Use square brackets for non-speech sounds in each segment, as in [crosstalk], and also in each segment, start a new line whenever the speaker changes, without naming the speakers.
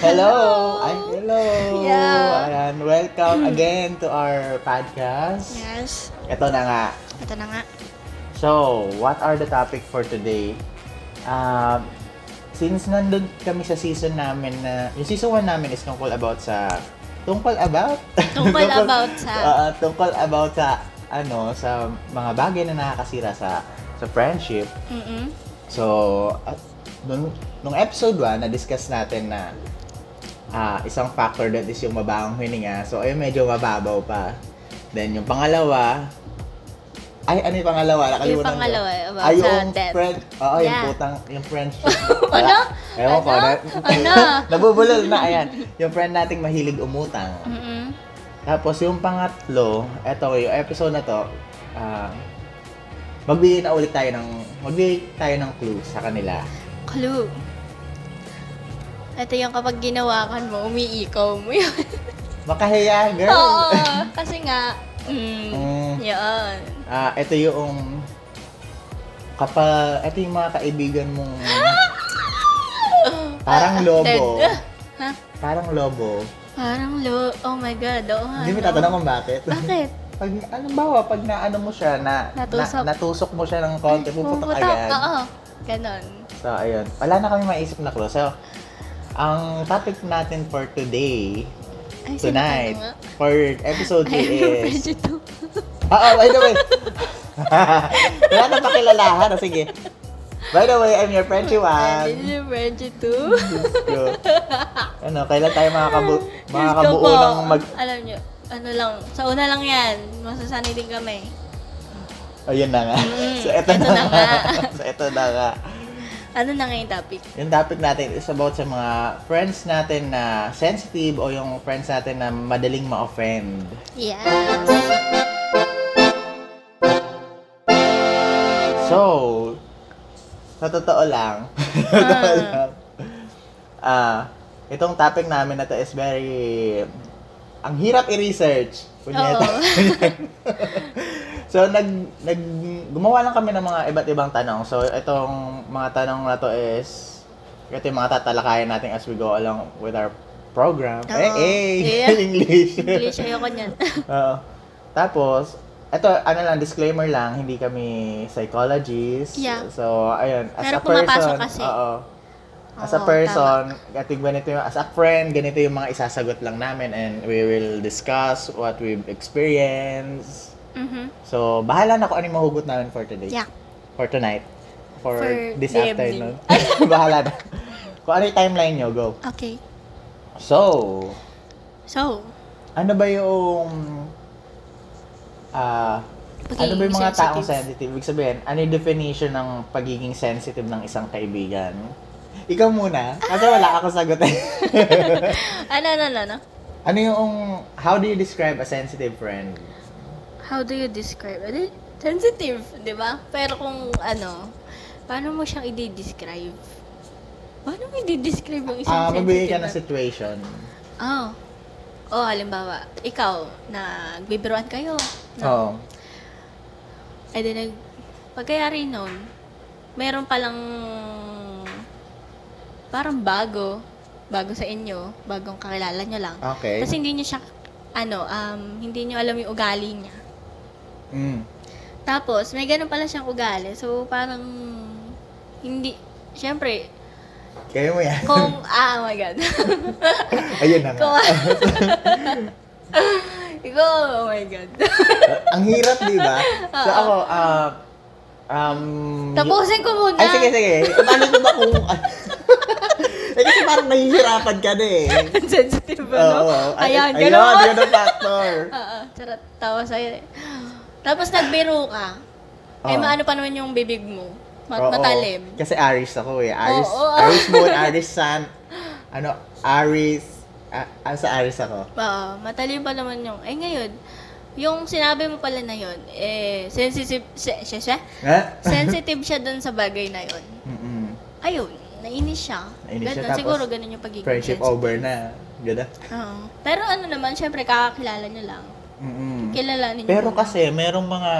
Hello! Ay, hello!
Yeah.
Ayan, welcome again to our podcast.
Yes.
Ito na nga.
Ito na nga.
So, what are the topic for today? Um, since nandun kami sa season namin na, yung season 1 namin is tungkol about sa, tungkol about? [laughs]
Tungkol about sa-
Oo, tungkol about sa, ano, sa mga bagay na nakakasira sa, sa friendship.
Mm-mm.
So, at nung, nung episode 1, na-discuss natin na ah, isang factor that is yung mabahang hininga. So, ayun, medyo mababaw pa. Then, yung pangalawa, ay, ano yung pangalawa? Nakalimutan
Yung
ko.
pangalawa, eh, about
Ay,
sa
yung
death.
friend, oo, yung
Yeah.
putang, yung friendship.
[laughs] Ano?
Ewan ko.
Ano?
Na,
Ano?
[laughs] nabubulol na, ayan. Yung friend nating mahilig umutang.
Mm-mm.
Tapos yung pangatlo, eto yung episode na to, ah, magbigay na ulit tayo ng magbigay tayo ng clue sa kanila.
Clue. Ito yung kapag ginawakan mo, umiikaw mo yun.
Makahiya, girl.
Oo. [laughs] kasi nga, mm,
Mm,
yun.
ah, ito yung kapag ito yung mga kaibigan
[laughs]
mong parang lobo.
Dead. Ha?
Parang lobo.
[laughs] Parang lo, oh my god, oo nga.
Hindi mo
no?
tatanong kung bakit. [laughs]
Bakit?
Pag, ano ba, pag naano mo siya, na,
Natusok.
na- natusok mo siya ng konti, puputok agad.
Oo, ganon.
So, ayun. Wala na kami maisip na clue. So, ang topic natin for today,
Ay, sino
tonight,
ka nga?
for episode
I
3
am no
is...
prejudice.
Oo, by the way. [laughs] Wala na pakilalahan. O, Sige. By the way, I'm your friend,
Ay,
Chiwan.
sino prejudice?
ano, kailan tayo makakabu
Diyos ko
makakabuo
po.
ng mag...
Alam nyo, ano lang, sa una lang yan, masasanay din kami.
Ayun na nga.
Mm,
[laughs] so,
eto
eto, na,
na
nga.
nga.
so, eto na nga.
Ano na nga yung topic?
Yung topic natin is about sa mga friends natin na sensitive o yung friends natin na madaling ma-offend.
Yes.
So, sa totoo lang, [laughs] sa totoo lang, ah, itong topic namin na to is very, ang hirap i-research. Punyeta.
Oo.
[laughs] so, nag, nag, gumawa lang kami ng mga iba't ibang tanong. So, itong mga tanong na to is, ito yung mga tatalakayan natin as we go along with our program.
Oo.
Eh, eh,
Yeah.
[laughs] English.
English, ayoko niyan.
Oo. Tapos, eto, ano lang, disclaimer lang, hindi kami psychologists.
Yeah.
So, ayun, as
Pero
a person,
pumapasok kasi.
oo. [laughs] As a
Oo,
person, I think ganito yung, as a friend, ganito yung mga isasagot lang namin and we will discuss what we've experienced.
Mhm.
So, bahala na kung ano yung mahugot namin for today.
Yeah.
For tonight. For,
For
this
the
afternoon. [laughs] bahala na. kung ano yung timeline nyo, go.
Okay.
So,
So,
ano ba yung ah ano
Pagiging
ba yung mga
sensitive.
taong sensitive? Ibig sabihin, ano yung definition ng pagiging sensitive ng isang kaibigan? Ikaw muna,
Ah!
kasi wala ako sagot eh. [laughs]
ano, ano, ano, ano?
ano yung, how do you describe a sensitive friend?
How do you describe? Ano? Sensitive, di ba? Pero kung ano, paano mo siyang i-describe? Paano mo i-describe yung isang
Ah,
sensitive?
magbigay ka ng
na-
situation.
Oo. Oh. halimbawa, ikaw, nagbibiruan kayo. No?
Oo.
Ay, di nag... Pagkayari nun, meron palang parang bago, bago sa inyo, bagong kakilala nyo lang.
Okay.
Tapos hindi nyo siya, ano, um, hindi nyo alam yung ugali niya.
Mm.
Tapos, may ganun pala siyang ugali. So, parang, hindi, syempre,
Kaya mo yan. [laughs]
kung, ah, oh my God. [laughs]
Ayun na nga.
kung, ah.
[laughs]
ikaw, oh my God. [laughs]
[laughs] Ang hirap, di ba? So
Oo.
ako, ah, um,
Tapusin ko muna.
Ay, sige, sige. Paano ko ba kung...
[laughs]
eh, kasi parang nahihirapan ka na eh.
Sensitive,
Oo.
ano? Diba, Ayan,
ayun,
ganun.
yun ang factor.
Oo, charot. Tawa sa'yo eh. Tapos nagbiro ka. Ay,
Oo.
maano pa naman yung bibig mo. [laughs] Mat-
Ah. Oo.
matalim.
Kasi Aries ako eh. Aries,
Oo.
Aries
[laughs]
moon, Aries sun. Ano, Aries... Ah, ah, sa Aries ako.
Oo, matalim pa naman yung... Eh, ngayon, yung sinabi mo pala na yun, eh, sensitive, se, siya, siya?
Ha?
sensitive siya dun sa bagay na yun.
Mm-mm.
Ayun, nainis siya.
Nainis siya,
Ganun,
tapos
siguro ganun yung pagiging
Friendship
sensitive.
over na. Ganda.
Oo. Pero ano naman, syempre kakakilala niyo lang.
Mm-mm.
Kilala niyo.
Pero
muna.
kasi, merong mga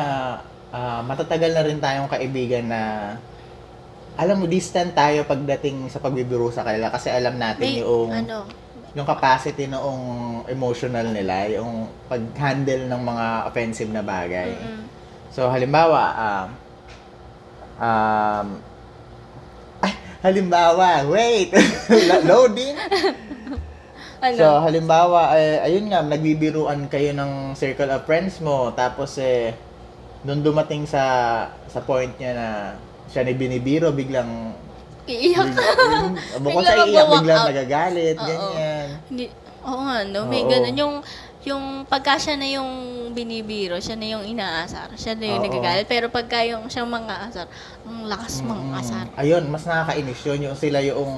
ah, matatagal na rin tayong kaibigan na alam mo, distant tayo pagdating sa pagbibiro sa kanila kasi alam natin
May,
yung
ano,
yung capacity noong emotional nila, yung pag-handle ng mga offensive na bagay.
Mm-mm.
So halimbawa, um, um, ay, halimbawa, wait, [laughs] Lo- loading.
Ano?
So halimbawa, eh, ayun nga, nagbibiruan kayo ng circle of friends mo, tapos eh, nung dumating sa sa point niya na siya ni binibiro,
[laughs]
biglang,
Iiyak ka.
biglang bukod sa
Biglang
iyak,
mag-walk
biglang
out.
nagagalit,
Oo.
ganyan.
Hindi. Oo nga, no? May
Oo.
ganun. Yung, yung pagka siya na yung binibiro, siya na yung inaasar, siya na yung
Oo.
nagagalit. Pero pagka yung siyang mga asar, ang lakas mga asar.
Mm, Ayun, mas nakakainis yun, yung sila yung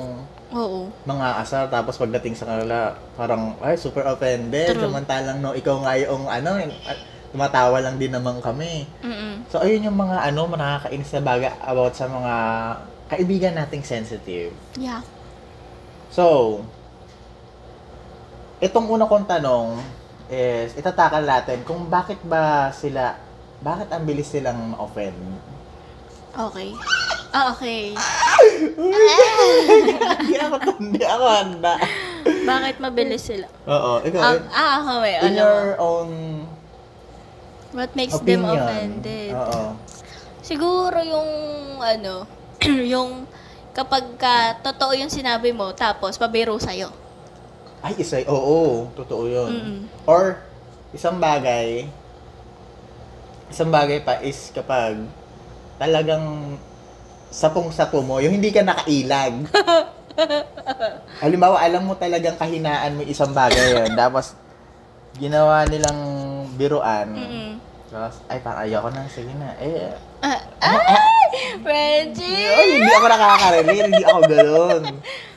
Oo.
mga asar tapos pagdating sa kanila parang ay super offended
True.
samantalang no ikaw nga yung ano yung- at tumatawa lang din naman kami
Mm-mm.
so ayun yung mga ano mga nakakainis na baga about sa mga kaibigan nating sensitive
Yeah.
so itong una kong tanong is itatakal natin kung bakit ba sila bakit ang bilis silang ma-offend [laughs]
Okay. Ah, okay. [laughs]
hindi ako hindi ako handa
Bakit mabilis
[laughs]
sila?
oo ikaw
Ah,
in,
ah, ako eh.
in
Ano?
your own
What makes
opinion Ah.
them offended?
oo
Siguro yung ano, [clears throat] yung kapag ka, totoo yung sinabi mo, tapos pabiro sa'yo.
Ay, isa, oo, totoo yun.
Mm.
Or, isang bagay, isang bagay pa is kapag talagang sapong-sapo mo, yung hindi ka nakailag. Halimbawa, alam mo talagang kahinaan mo isang bagay yun. Tapos, ginawa nilang biruan.
Mm-mm.
Tapos, ay, parang ayoko na, sige na. Eh,
Ah, ay! Reggie!
ay, hindi ako nakaka-relate, hindi ako gano'n.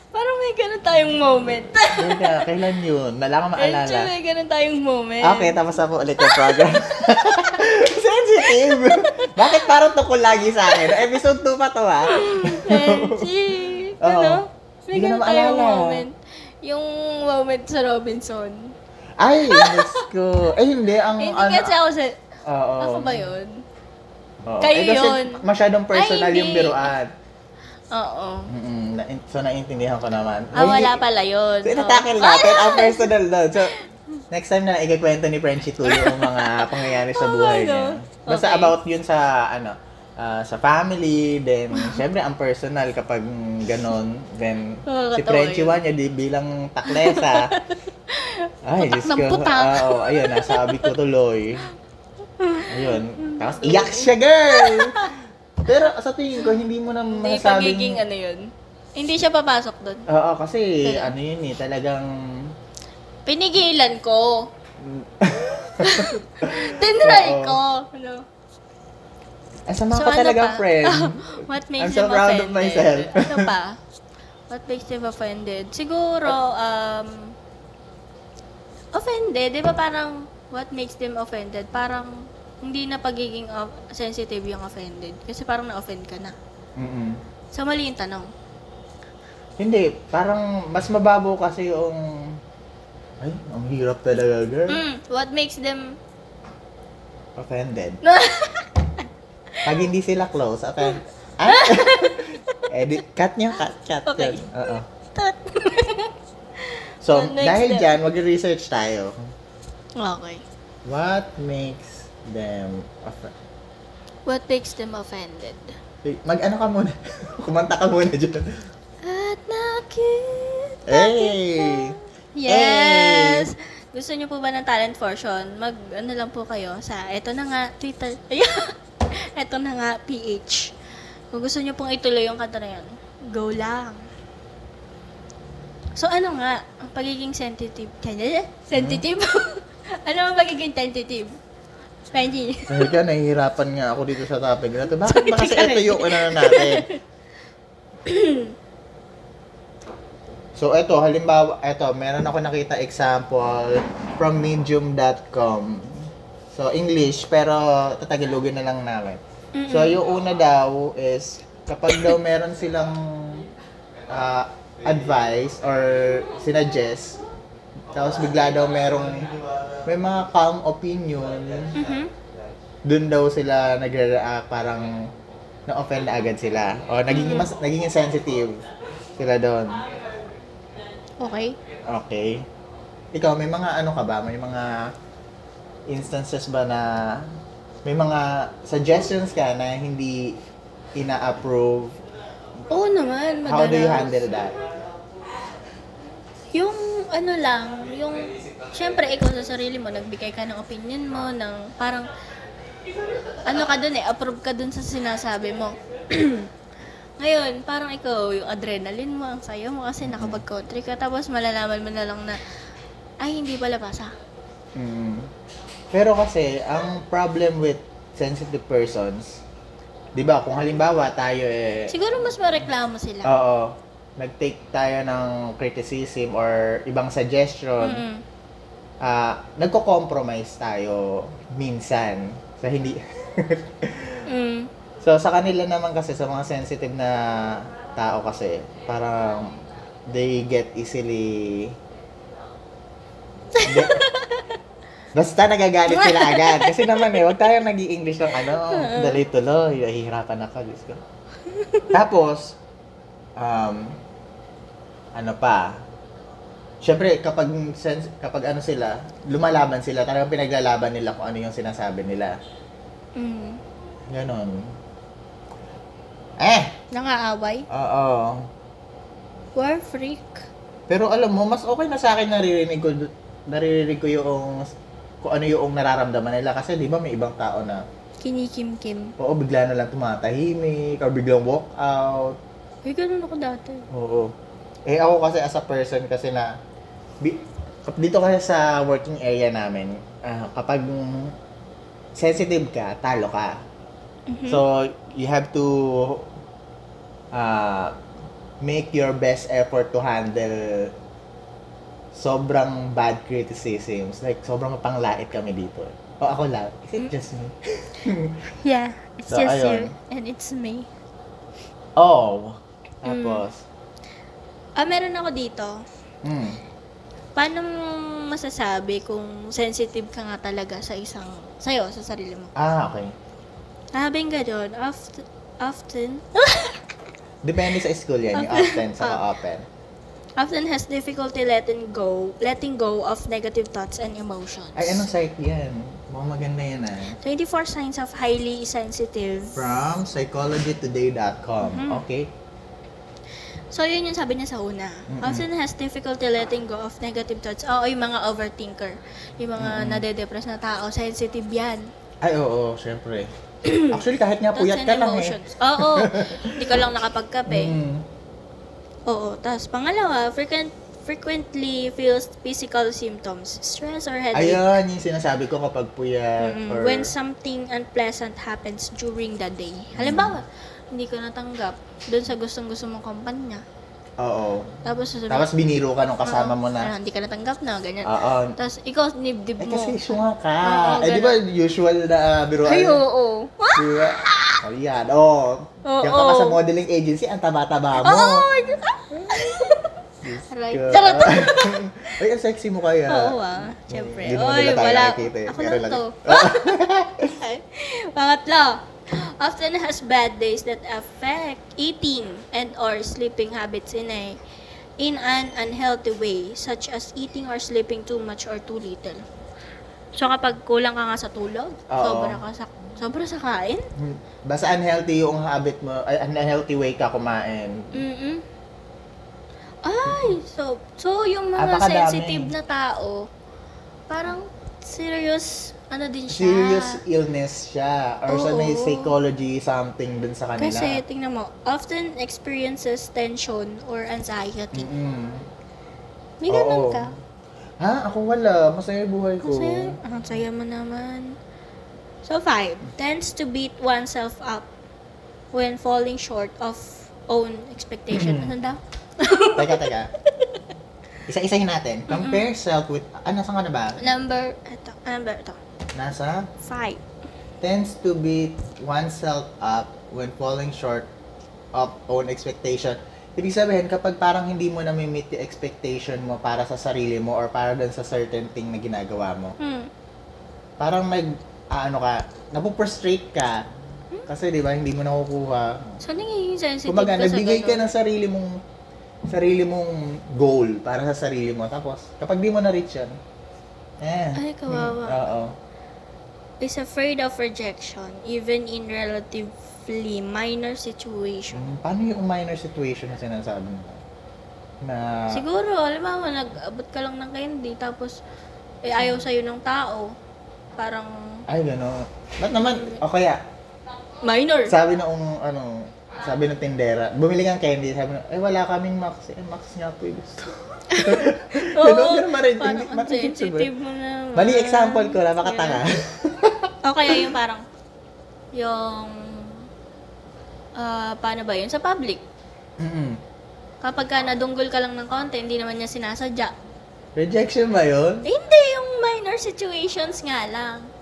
Parang may ganun tayong moment.
Teka, kailan yun? Wala akong maalala.
Reggie, may ganun tayong moment.
Okay, tapos na po ulit yung program. [laughs] Sensitive! Bakit parang tukol lagi sa akin? Episode 2 pa to ah.
Reggie!
[laughs] Oo.
Ano? May
Hindi ko na
ganun tayong
maalala.
moment. Yung moment sa Robinson.
Ay, miss ko. Eh, hindi. Ang,
Hindi
ano,
kasi ako sa...
Oo.
Ako ba yun?
Oo.
Kayo
Eh, kasi
yun.
masyadong personal
Ay, hindi.
yung biruan.
Oo.
Mm-mm. na- So, naiintindihan ko naman.
Ah, wala pala yun.
So, itatakil
Ano?
natin ang personal doon. So, next time na lang ikikwento ni Frenchie Tulo yung mga pangyayari
[laughs]
sa
Oo,
buhay
ano?
niya. Basta
Okay.
about yun sa, ano, ah, sa family,
[laughs]
then, syempre, ang personal kapag ganon, then,
Nakakatawa
si Frenchie
yun.
Wanya, di bilang
[laughs]
taklesa. Ay,
Putak
Diyos
ng
ko.
putak.
Oo, ayun, nasabi ko tuloy. Ayun. Tapos, iyak siya,
[laughs]
girl! Pero sa tingin ko, hindi mo na
Hindi
masasabing...
pagiging ano yun. Hindi siya papasok doon.
Oo, kasi
Kaya-
ano yun eh, talagang
Pinigilan ko. [laughs] Tinry
Mm. Oo.
ko. Ano?
Asama
So,
Eh, ka
ano
talaga,
pa?
friend.
[laughs] What makes
I'm so
them
proud of
offended? [laughs]
myself.
ano pa? What makes them offended? Siguro, um, offended, di ba parang, what makes them offended? Parang, hindi na pagiging of- sensitive yung offended. Kasi parang na-offend ka na.
Mm-mm.
So, mali yung tanong.
Hindi, parang mas mababaw kasi yung... Ay, ang hirap talaga, girl.
Mm, what makes them [laughs]
Offended. Pag hindi sila close,
[laughs]
offended. [laughs] Ay! Edit, cut niyo, cut, cut.
Okay.
yun. Oo. [laughs] So,
What makes
dahil
them-
dyan, mag-research tayo.
Okay.
What makes them offended?
What makes them offended?
Mag-ano ka muna? [laughs] Kumanta ka muna dyan.
At nakita
Hey!
Yes! Gusto niyo po ba ng talent portion? Mag, ano lang po kayo sa, eto na nga, Twitter. [laughs] Ayan! eto na nga, PH. Kung gusto niyo pong ituloy yung kanta na yan, go lang. So, ano nga, ang pagiging sensitive, sensitive? [laughs] ano ang pagiging sensitive? Penny.
Teka, nahihirapan nga ako dito sa topic na to. Bakit ba kasi ito yung ano natin? So, ito, halimbawa, ito, meron ako nakita example from medium.com. So, English, pero tatagilugin na lang namin. So, yung una daw is, kapag daw meron silang ah, advice or sinuggest, tapos bigla daw merong, may mga calm opinion,
Mhm.
doon daw sila nagre-react parang na-offend na agad sila. O naging mas naging sensitive sila doon.
Okay?
Okay. Ikaw, may mga ano ka ba? May mga instances ba na may mga suggestions ka na hindi ina-approve?
Oo naman, madalas.
How do you handle that?
Yung ano lang, yung... Siyempre, ikaw sa sarili mo, nagbigay ka ng opinion mo, ng parang... Ano ka dun eh, approve ka dun sa sinasabi mo. [clears throat] Ngayon, parang ikaw, yung adrenaline mo, ang sayo mo kasi nakapag-country ka, tapos malalaman mo na lang na, ay, hindi pala pasa.
Mm. Pero kasi, ang problem with sensitive persons, di ba, kung halimbawa tayo eh,
Siguro mas mareklamo sila.
oo, nag-take tayo ng criticism or ibang suggestion,
Mm-mm.
ah, nagko-compromise tayo minsan sa hindi
Mm.
So sa kanila naman kasi sa mga sensitive na tao kasi parang they get easily Get- Basta nagagalit sila agad. Kasi naman eh, wag tayong nag english ng ano, dali tuloy, nahihirapan ako, Diyos ko. Tapos, um, ano pa, Siyempre, kapag, sens- kapag ano sila, lumalaban sila, talagang pinaglalaban nila kung ano yung sinasabi nila.
Mm.
Ganon. Eh,
Nangaaway?
oo.
War freak?
Pero alam mo, mas okay na sa akin naririnig ko, naririnig ko yung, kung ano yung nararamdaman nila. Kasi di ba may ibang tao na,
Kinikimkim?
oo, bigla na lang tumatahimik, or biglang walk out.
Ay, ganun ako dati.
Oo. Eh ako kasi as a person kasi na, bi- kap- dito kasi sa working area namin, ah, kapag sensitive ka, talo ka.
Mhm.
So, you have to uh, make your best effort to handle sobrang bad criticisms. Like, sobrang panglait kami dito. O ako lang. Is it just me?
yeah, it's
So,
just you
ayun.
and it's me.
Oh. Tapos.
Ah, meron ako dito.
Mm.
Paano mo masasabi kung sensitive ka nga talaga sa isang, sa'yo, sa sarili mo?
Ah, okay.
Habing ganun, often, often,
Depende sa school yan. Yung
Okay.
often sa open.
often has difficulty letting go, letting go of negative thoughts and emotions.
Ay, ano? anong site yan? Mukhang maganda yan ah.
24 signs of highly sensitive.
From psychologytoday.com.
Mhm.
Okay.
So, yun yung sabi niya sa una.
Mm-mm.
Often has difficulty letting go of negative thoughts. Oo, yung mga overthinker. Yung mga nade-depress na tao, sensitive yan.
Ay, oo,
[clears throat]
syempre. Actually, kahit nga
Thoughts
puyat
and
ka lang eh.
emotions.
[laughs]
Oo, hindi ka lang nakapagkape.
Mm.
Oo, tapos pangalawa, frequent, frequently feels physical symptoms. Stress or headache.
Ayun, yung sinasabi ko kapag puyat
Mm,
or...
When something unpleasant happens during the day. Halimbawa,
Mm.
hindi ka natanggap doon sa gustong-gusto mong kumpanya.
Oo.
Tapos, sasabihin,
Tapos biniro ka nung kasama
"Oo,
mo na.
ah, hindi ka natanggap na, ganyan.
Oo.
Tapos ikaw, nibdib
Eh
mo.
kasi sunga ka.
Oo,
eh di ba usual na uh, biruan?
Ay, oo. Ah!
Di ba? Oh, yan. Oo.
Oo.
Diyan ka pa sa modeling agency, ang taba-taba mo.
Oo! [laughs] Aray.
Ka- [laughs]
Charot!
Ay, ang sexy mo kaya.
Oo ah, syempre.
Hindi naman
Oy,
nila tayo
wala.
nakikita eh.
Ako
Pero
lang
lang-
to. Ay. [laughs] Pangatlo. Often has bad days that affect eating and or sleeping habits in a in an unhealthy way such as eating or sleeping too much or too little. So kapag kulang ka nga sa tulog,
Oo.
sobra ka sa sobra sa kain.
Hmm. Basta unhealthy yung habit mo, ay, unhealthy way ka kumain.
Mm. Ay, so so yung mga
Napakadami.
sensitive na tao parang serious ano din siya.
Serious illness siya. Or sa may
Oo.
psychology something dun sa kanila.
Kasi tingnan mo, often experiences tension or anxiety.
Mm-mm.
May ganun
Mm. Oo.
ka.
Ha? Ako wala. Masaya yung buhay ko.
Kasi, ang saya mo naman. So, five. Tends to beat oneself up when falling short of own expectation.
Mm.
Ano daw?
teka,
[laughs]
teka. Isa-isahin natin. Compare self with... Ah, nasa ka na ba?
Number, ito, number, ito.
Nasa?
Five.
Tends to beat oneself up when falling short of own expectation. Ibig sabihin, kapag parang hindi mo nami-meet yung expectation mo para sa sarili mo or para dun sa certain thing na ginagawa mo,
Hmm.
parang nag, ah, ano ka, napuprostrate ka.
Hmm?
Kasi, di ba, hindi mo nakukuha.
So, nagiging sensitive
Kumbaga,
ka sa
nagbigay ka
ganun.
ng sarili mong sarili mong goal para sa sarili mo. Tapos, kapag di mo na-reach yan, eh.
Ay, kawawa.
Hmm, Oo.
is afraid of rejection even in relatively minor situation.
Hmm, Paano yung minor situation na sinasabi mo? Na,
Siguro, alam mo, nag-abot ka lang ng candy, tapos eh, ayaw sa'yo ng tao. Parang
ay, gano'n. Ba't naman? O kaya,
minor.
sabi noong, ano, sabi ng tindera, bumili kang candy, sabi na, ay, wala kaming Max. Eh, Max nga po yung gusto.
[laughs] Oo,
ganun, ganun, marinig-
parang ang
marinig yun,
sensitive mo na.
Mali example ko lang, baka tanga. [laughs]
O kaya yung parang, yung, ah paano ba yun? Sa public.
Mm-mm.
Kapag ka nadunggol ka lang ng konti, hindi naman niya sinasadya.
Rejection ba yun?
Eh, hindi, yung minor situations nga lang. [laughs]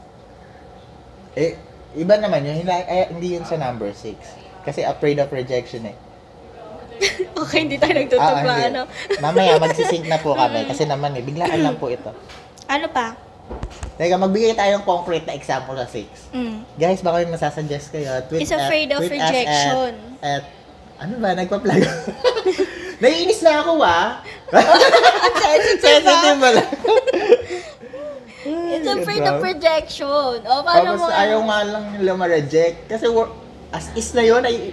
Eh, iba naman yun. Hindi, eh, hindi yun sa number 6. Kasi afraid of rejection eh. Ah,
okay, hindi tayo nagtutugma,
hindi.
ano. [laughs] Mm.
Mamaya, magsisink na po kami. kasi naman eh, biglaan lang po ito.
Ano pa?
Teka, magbigay tayo ng concrete na example sa 6.
Mm.
Guys, baka may masasuggest kayo. Tweet
Is afraid
at,
of
tweet us at-
rejection.
At, ano ba, nagpa-plug. [laughs] Naiinis na ako
[laughs]
ah. Sensitive ba lang?
It's
Ay,
afraid
diba?
of rejection. O, paano
Tapos
mo? ano?
ayaw nga lang nila ma-reject. Kasi wor- as is na yun, ay...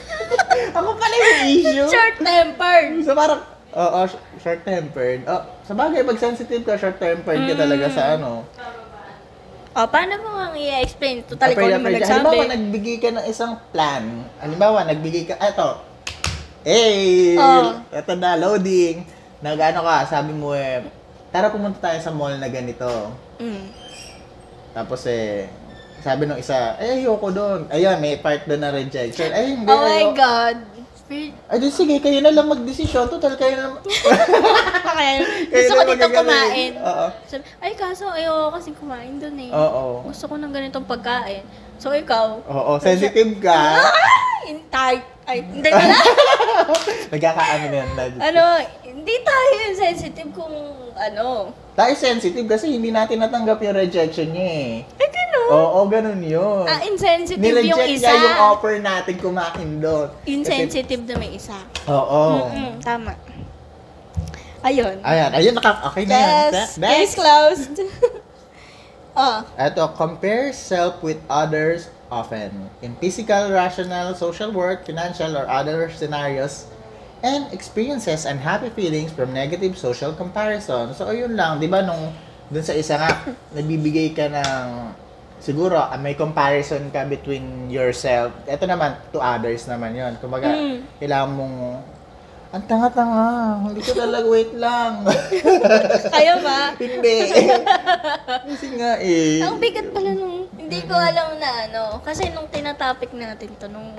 [laughs] ako pala yung
[laughs]
issue.
Short-tempered.
So parang, oo, sh- short-tempered. Oh, sa bagay, pag sensitive ka, short-tempered
Mm.
ka talaga sa ano.
O, Oh, paano mo nga i-explain? Ito talaga
Afraid
ako
of
naman
rejection.
nagsabi.
Halimbawa, nagbigay ka ng isang plan. Halimbawa, nagbigay ka, eto. Hey!
Oo.
Eto na, loading. Nag-ano ka, sabi mo eh, tara pumunta tayo sa mall na ganito.
Mm.
Tapos eh, sabi nung isa, eh, ayoko doon. Ayun, may part doon na rejection. Ay, hindi,
Oh my
ayoko.
God.
Ay, di, sige, kayo na lang mag-desisyon. Total, kayo na
[laughs]
[laughs]
Kaya,
kayo
gusto ko
na
dito
magagaling.
kumain.
Oo.
Sabi, ay, kaso ayaw kasi kumain dun eh.
Oo.
Gusto ko ng ganitong pagkain. So, ikaw,
Oo, sensitive ka.
[laughs] in tayo, ay, [laughs] hindi ka na.
[laughs] Nagkakaamin yan.
ano, hindi tayo sensitive kung ano.
Tayo sensitive kasi hindi natin natanggap yung rejection niya eh.
Ay, ganun.
Oo, ganun yun.
Ah, insensitive yung
Oh. Nireject
isa.
niya yung offer natin kumain doon. Kasi-
Insensitive na may isa.
Oo.
Mm-mm, tama. Ayun.
Ayan, Oh. ayun, naka, okay na yan.
Yes. Case closed. [laughs] oh,
Ito, compare self with others often in physical, rational, social work, financial, or other scenarios and experiences unhappy feelings from negative social comparison. So, ayun lang. Di ba nung dun sa isa nga, nabibigay ka ng siguro ah, may comparison ka between yourself. Ito naman, to others naman yon Kumbaga,
Mm.
kailangan mong ang tanga-tanga. Hindi ko talaga wait lang. [laughs]
kayo ba?
Hindi. Kasi nga eh.
Ang bigat pala nung, hindi ko
Mm-hmm.
alam na ano, kasi nung tinatopic natin to, nung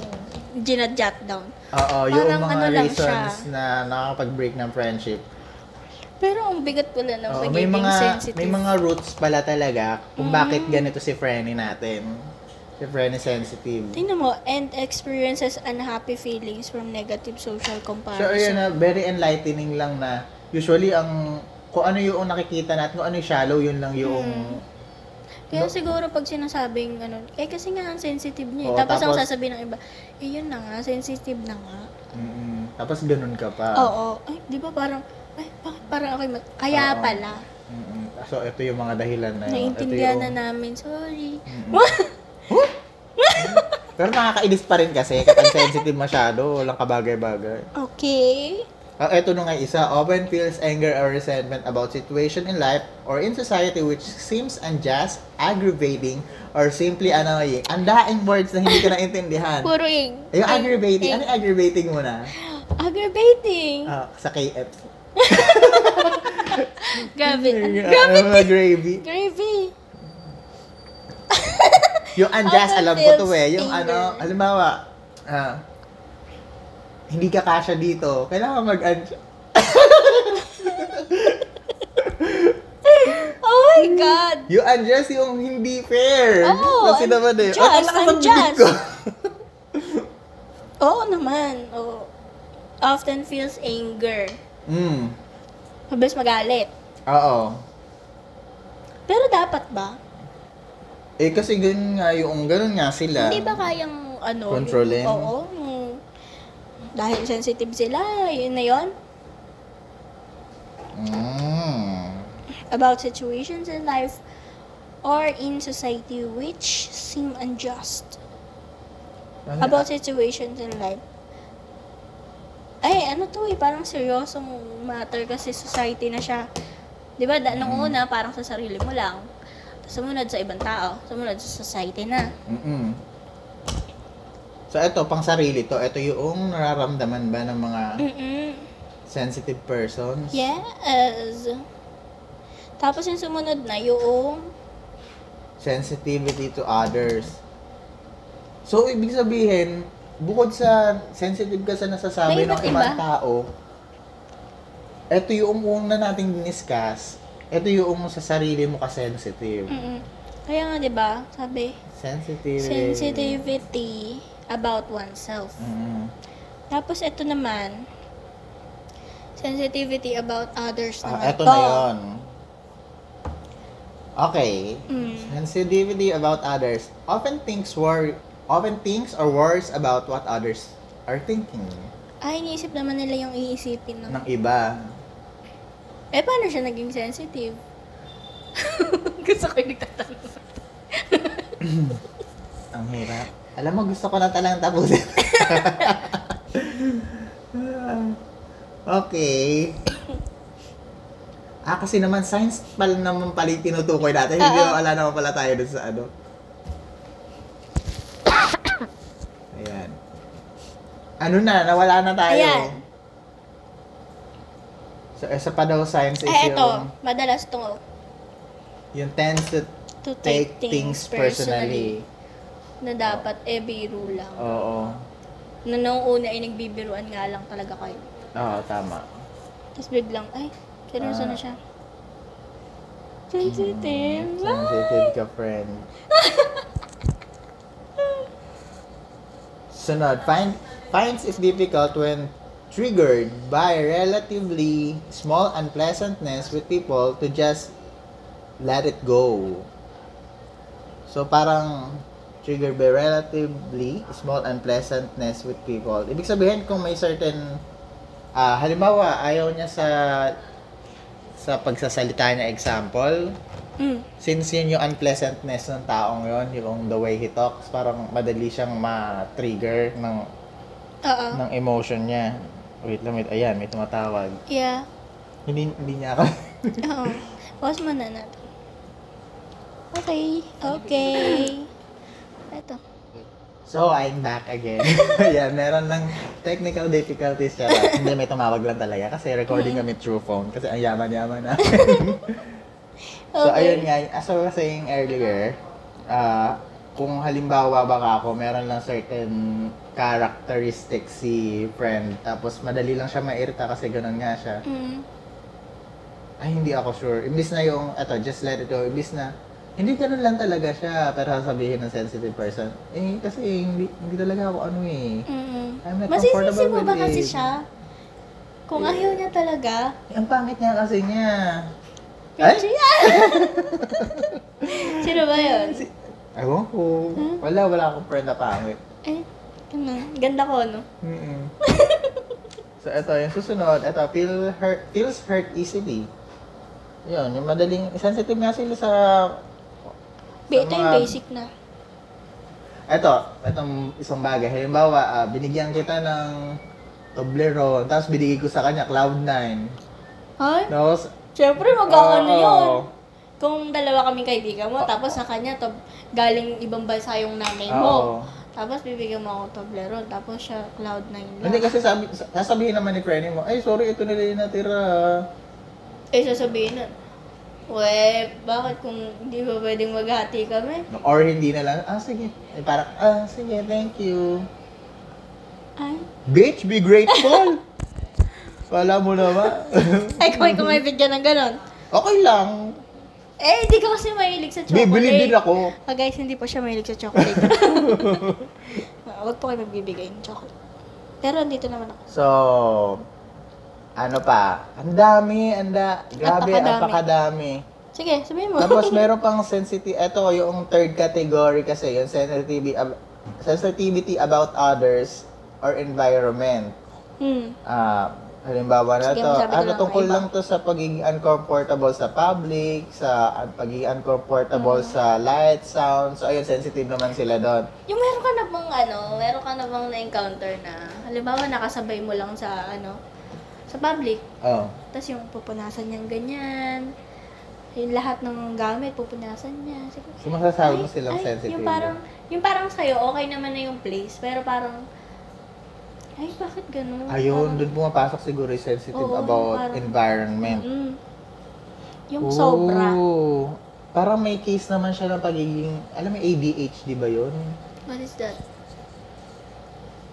ginajot down.
Oo, yung
Parang
mga
ano lang
reasons
siya.
na nakakapag-break ng friendship.
Pero ang bigat pala ng
Oo, may
pagiging
mga
sensitive. Hmm.
may mga roots pala talaga kung bakit ganito si Frenny natin. Si Frenny sensitive.
Tingnan mo, and experiences unhappy feelings from negative social
So ayun
comparison.
na, very enlightening lang na usually ang kung ano yung nakikita natin, kung ano yung shallow, yun lang yung
Kaya siguro pag sinasabing ano, eh kasi nga ang sensitive niya. eh.
Oo,
tapos, ang
tapos-
sasabihin ng iba, eh yun na nga, sensitive na nga.
Mm, tapos ganun ka pa.
Oo. Ay, di ba parang, ay, bakit parang ako yung- Kaya
Oo.
pala,
Mm, So ito yung mga dahilan na yun. Ito
naintindihan
yung-
na namin, sorry.
Pero nakakainis pa rin kasi kapag sensitive masyado, walang kabagay-bagay.
Okay.
Ah, eto na nga isa. Often feels anger or resentment about situation in life or in society which seems unjust, aggravating, or simply annoying. Ang daing words na hindi
[laughs]
ka naintindihan.
Puro yung...
Yung aggravating, ano yung aggravating muna?
Aggravating.
Ah, sa KF.
Grabe.
[laughs] Grabe. uh, gravy.
Grabe.
Yung unjust,
Often
alam ko to
feels
eh. Yung
anger.
ano, halimbawa, ah, hindi ka kasya dito. Kailangan mag-unjust.
Oh my God.
Yung unjust, yung hindi fair.
Oo,
Kasi naman eh.
unjust,
ang lakas ng bibig
unjust.
ko. [laughs]
Oo naman. Oo. Often feels anger.
Mm.
Mabilis magalit.
Oo.
Pero dapat ba?
Eh kasi ganun nga yung, ganun nga sila.
Hindi ba kayang ano?
Controlling?
Yung, oo. Yung, Dahil sensitive sila, yun na yun.
Mm.
About situations in life or in society which seem unjust.
Ano-
About situations in life. Ay, ano to eh, parang seryosong matter kasi society na siya. Di ba, da-
Mm.
nung una, parang sa sarili mo lang. Tapos Sumunod sa ibang tao, sumunod sa society na.
Mm-mm. So ito, pang sarili to. Ito yung nararamdaman ba ng mga
Mm-mm.
sensitive persons?
Yes. Tapos yung sumunod na, yung
Sensitivity to others. So, ibig sabihin, bukod sa sensitive ka sa nasasabi
May
ng
iba't
ibang
iba.
tao, ito yung una nating diniscuss. Ito yung sa sarili mo ka-sensitive.
Mm-mm. Kaya nga, di ba, sabi,
Sensitive.
sensitivity about oneself.
Mm.
Tapos, ito naman, sensitivity about others
Ah,
naman.
eto
to.
na yon. Okay.
Mm.
Sensitivity about others. Often things worry, often things or worries about what others are thinking
Ay, Ah, iniisip naman nila yung iisipin. No?
ng iba.
Eh, paano siya naging sensitive? [laughs] Gusto ko yung nagtatanong.
Ang hirap. Alam mo, gusto ko na talang tapusin. [laughs] okay. Ah, kasi naman science pala naman pala yung tinutukoy natin. Hindi
Oo.
wala naman pala tayo dun sa ano. Ayan. Ano na, nawala na tayo.
Ayan.
So, isa pa daw science is
Ay, Eh,
yung,
eto, madalas to,
yung tends to
to
take, things personally. Oh.
Na dapat, eh, biro lang.
Oo.
Na nung una, ay nagbibiruan nga lang talaga kayo.
Oo, tama.
Tapos biglang, ay, seryoso
Ah.
na siya. Sensitive.
Sensitive ka, friend. [laughs] Sunod, find, finds it difficult when triggered by relatively small unpleasantness with people to just let it go. So parang triggered by relatively small unpleasantness with people. Ibig sabihin kung may certain ah, halimbawa ayaw niya sa sa pagsasalita niya example,
Mm.
since yun yung unpleasantness ng taong yon yung the way he talks, parang madali siyang ma-trigger ng,
Oo.
ng emotion niya. Wait lang, wait. Ayan, may tumatawag.
Yeah.
Hindi, hindi niya ako. [laughs]
Oo. Pause muna natin. Okay.
[laughs]
Okay. Ito.
so, I'm back again. [laughs] Ayan, meron lang technical difficulties siya. hindi, may tumawag lang talaga kasi recording kami through phone kasi ang yaman-yaman na. So,
Okay.
ayun nga. As I was saying earlier, ah, kung halimbawa baka ako, meron lang certain characteristics si friend. Tapos, madali lang siya mairita kasi ganun nga siya.
Mm.
Ay, hindi ako sure. Imbis na yung, eto, just let it go. Imbis na, hindi ganun lang talaga siya. Pero sasabihin ng sensitive person, eh, kasi hindi, hindi talaga ako ano eh.
Mm.
I'm not
Masisisi mo
comfortable with
ba kasi
it.
siya? Kung ayaw niya talaga,
Eh, ang pangit niya kasi niya. Ay? [laughs]
Richie, ah! Sino ba yun?
Ewan ko.
Hmm?
Wala, wala akong friend na pangit.
Eh, ano, ganda ko, no?
mm [laughs] so, ito, yung susunod, ito, feel hurt, feels hurt easily. Yun, yung madaling, sensitive nga sila sa,
Ba- Ito yung
mga-
basic na.
ito, itong isang bagay. Halimbawa, ah, binigyan kita ng Toblerone, tapos binigay ko sa kanya Cloud9.
Ay,
Tapos,
syempre mag-ano
Oo.
yun. Kung dalawa kaming kaibigan mo, tapos sa kanya, to, galing ibang bansa yung nanay
oo.
mo. Tapos bibigyan mo ako Toblerone, tapos siya cloud nine lang.
Hindi kasi sabi, sasabihin naman ni Frenny mo, ay sorry, ito na lang yung natira.
Eh, sasabihin nun, We, bakit kung hindi ba pwedeng maghati kami?
Or hindi na lang, ah sige, eh, parang, ah sige, thank you.
Ay,
Bitch, be [laughs] grateful! Wala mo naman.
ay kung may kumibigyan ng ganon.
Okay lang.
Eh, hindi ka kasi mahilig sa chocolate.
Bibili din ako.
Ah, guys, hindi po siya mahilig sa
[laughs]
chocolate. Ah, Huwag po kayo magbibigay ng chocolate. Pero andito naman ako.
So, ano pa? Ang dami, ang da- grabe,
Napakadami.
ang pakadami.
Sige, sabihin mo.
Tapos meron pang sensitive, eto yung third category kasi, yung sensitivity, ab- sensitivity about others or environment.
Hmm.
Ah, halimbawa na
Sige,
to,
masabi ko
ano
lang
tungkol
kaiba.
lang to sa pagiging uncomfortable sa public, sa ah, pagiging uncomfortable
Mm.
sa light, sound. So, ayun, sensitive naman sila doon.
Yung meron ka na bang ano, meron ka na bang na-encounter na, halimbawa nakasabay mo lang sa ano, sa public,
Oh.
tapos yung pupunasan niyang ganyan, yung lahat ng gamit pupunasan niya. Siguro,
So, masasabi mo
ay,
silang
ay,
sensitive.
Yung parang, yung parang sa'yo, okay naman na yung place, pero parang, ay, bakit ganun?
Ayun,
Parang-
doon pumapasok siguro yung sensitive
Oo,
about
parang-
environment.
Mm. Yung sobra.
Oo. Parang may case naman siya ng pagiging, alam mo, ADHD ba
[laughs]
yun?
What is that?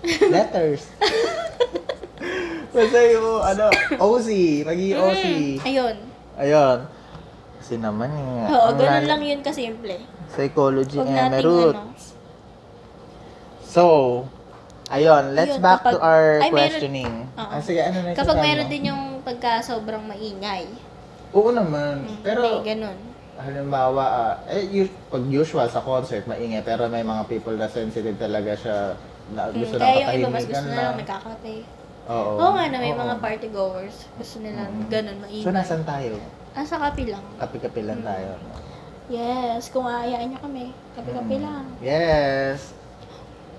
Letters. [laughs] Basta yung, ano, OC, magiging OC.
Mm, Ayun.
Ayun. Kasi naman eh.
Oo,
ang
ganun
lal-
lang yun kasimple.
Psychology
Huwag
and
nating
root.
ano.
So, ayun, let's
Ayun,
back to
kapag-
our
Ay, meron-
questioning.
Oo.
Ah, sige, ano na yung
Kapag
sasabi
meron
mo?
din yung pagka sobrang maingay.
Oo naman. Mm, Pero,
Mm, May ganun.
halimbawa, ah, eh, us- pag usual sa concert, maingay. Pero may mga people na sensitive talaga siya. Na
Mm,
gusto
Kaya
na
yung iba mas gusto
katahimikan
na lang may kakate.
Oo.
Oo nga na, may
Oo.
mga party goers. Gusto nila
Mm.
ganun,
So,
maingay.
nasan tayo?
Ah, sa kapi lang.
Kapi-kapi lang
Mm.
tayo.
Yes, kung aayaan niya kami. Kapi-kapi
Mm.
lang.
Yes!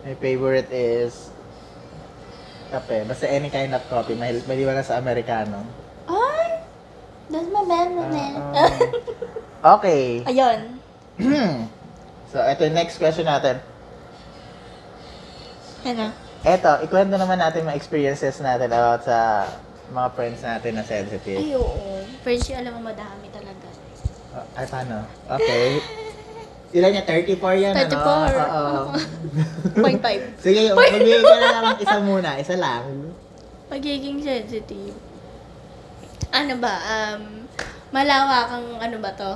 My favorite is kape. Basta any kind of coffee. May, may na sa Americano.
Ay! That's my man,
Ah,
man.
ah. okay. Hmm.
Ayun.
so, ito yung next question natin.
Ano?
Eto, ikwento naman natin mga experiences natin about sa mga friends natin na sensitive.
Ay, oo. Frenchie, alam mo, madami talaga.
Ah, Ay, paano? Okay. Ilan niya? 34 yan, ano?
34. [laughs]
Oo.
Point five.
Sige, magbigay ka na lang ng isa muna. Isa lang.
Pagiging sensitive. Ano ba? Um, malawakang ano ba to?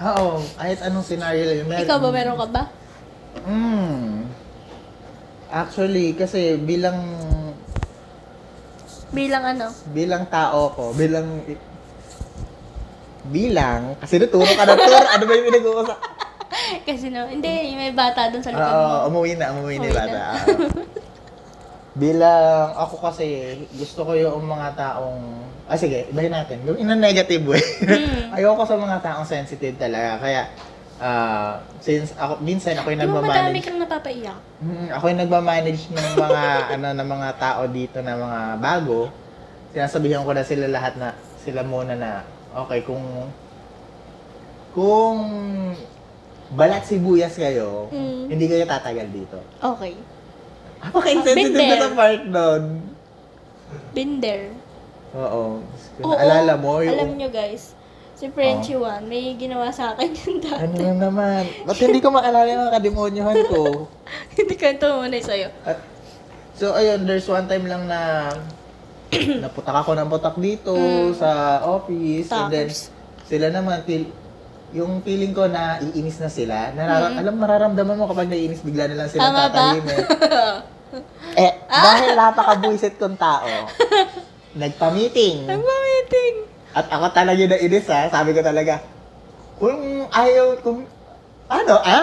Oo, kahit anong scenario yun. Mer-
Ikaw ba meron ka ba?
Mm. Actually, kasi bilang
Bilang ano? [laughs]
bilang tao ko, bilang bilang kasi nuturo ka na [laughs] tour. ano ba yung pinag-uusap?
Kasi no, hindi, may bata doon sa likod mo.
Oo, umuwi na, umuwi
Umuwi
na yung
na.
bata. oo. [laughs] bilang ako kasi gusto ko yung mga taong Ah, sige, ibahin natin. Gawin na negative way.
Mm.
[laughs] Ayoko sa mga taong sensitive talaga. Kaya, ah, since ako, minsan ako
Di
yung
ba madami
nagmamanage.
kang napapaiyak?
Mm, ako yung nagmamanage ng mga ano ng mga tao dito na mga bago. Sinasabihan ko na sila lahat na sila muna na okay kung kung balat sibuyas kayo,
Mm.
hindi kayo tatagal dito.
Okay.
Okay,
Been
sensitive
there.
na sa part nun.
Been there.
Oo.
Oo.
Alala mo yung... Oh.
Alam nyo guys, si Frenchie Juan, may ginawa sa akin yung
ano
dati. [laughs]
yun naman? Ba't hindi ko maalala yung kademonyohan ko?
Hindi ko ito muna sa'yo.
At, so, ayun, there's one time lang
[clears throat]
na naputak ako ng putak dito
Mm.
sa office. And then,
Talkers.
sila naman, feel, yung feeling ko na iinis na sila, nararam, alam, mararamdaman mo kapag naiinis, bigla na lang sila
Hmm. Tama ba? [laughs] Ah!
tatahimik. eh, dahil napakabuisit kong tao, nagpa-meeting.
Nagmamiting!
At ako talaga yung nainis ha, sabi ko talaga, kung ayaw, kung, ano, ah?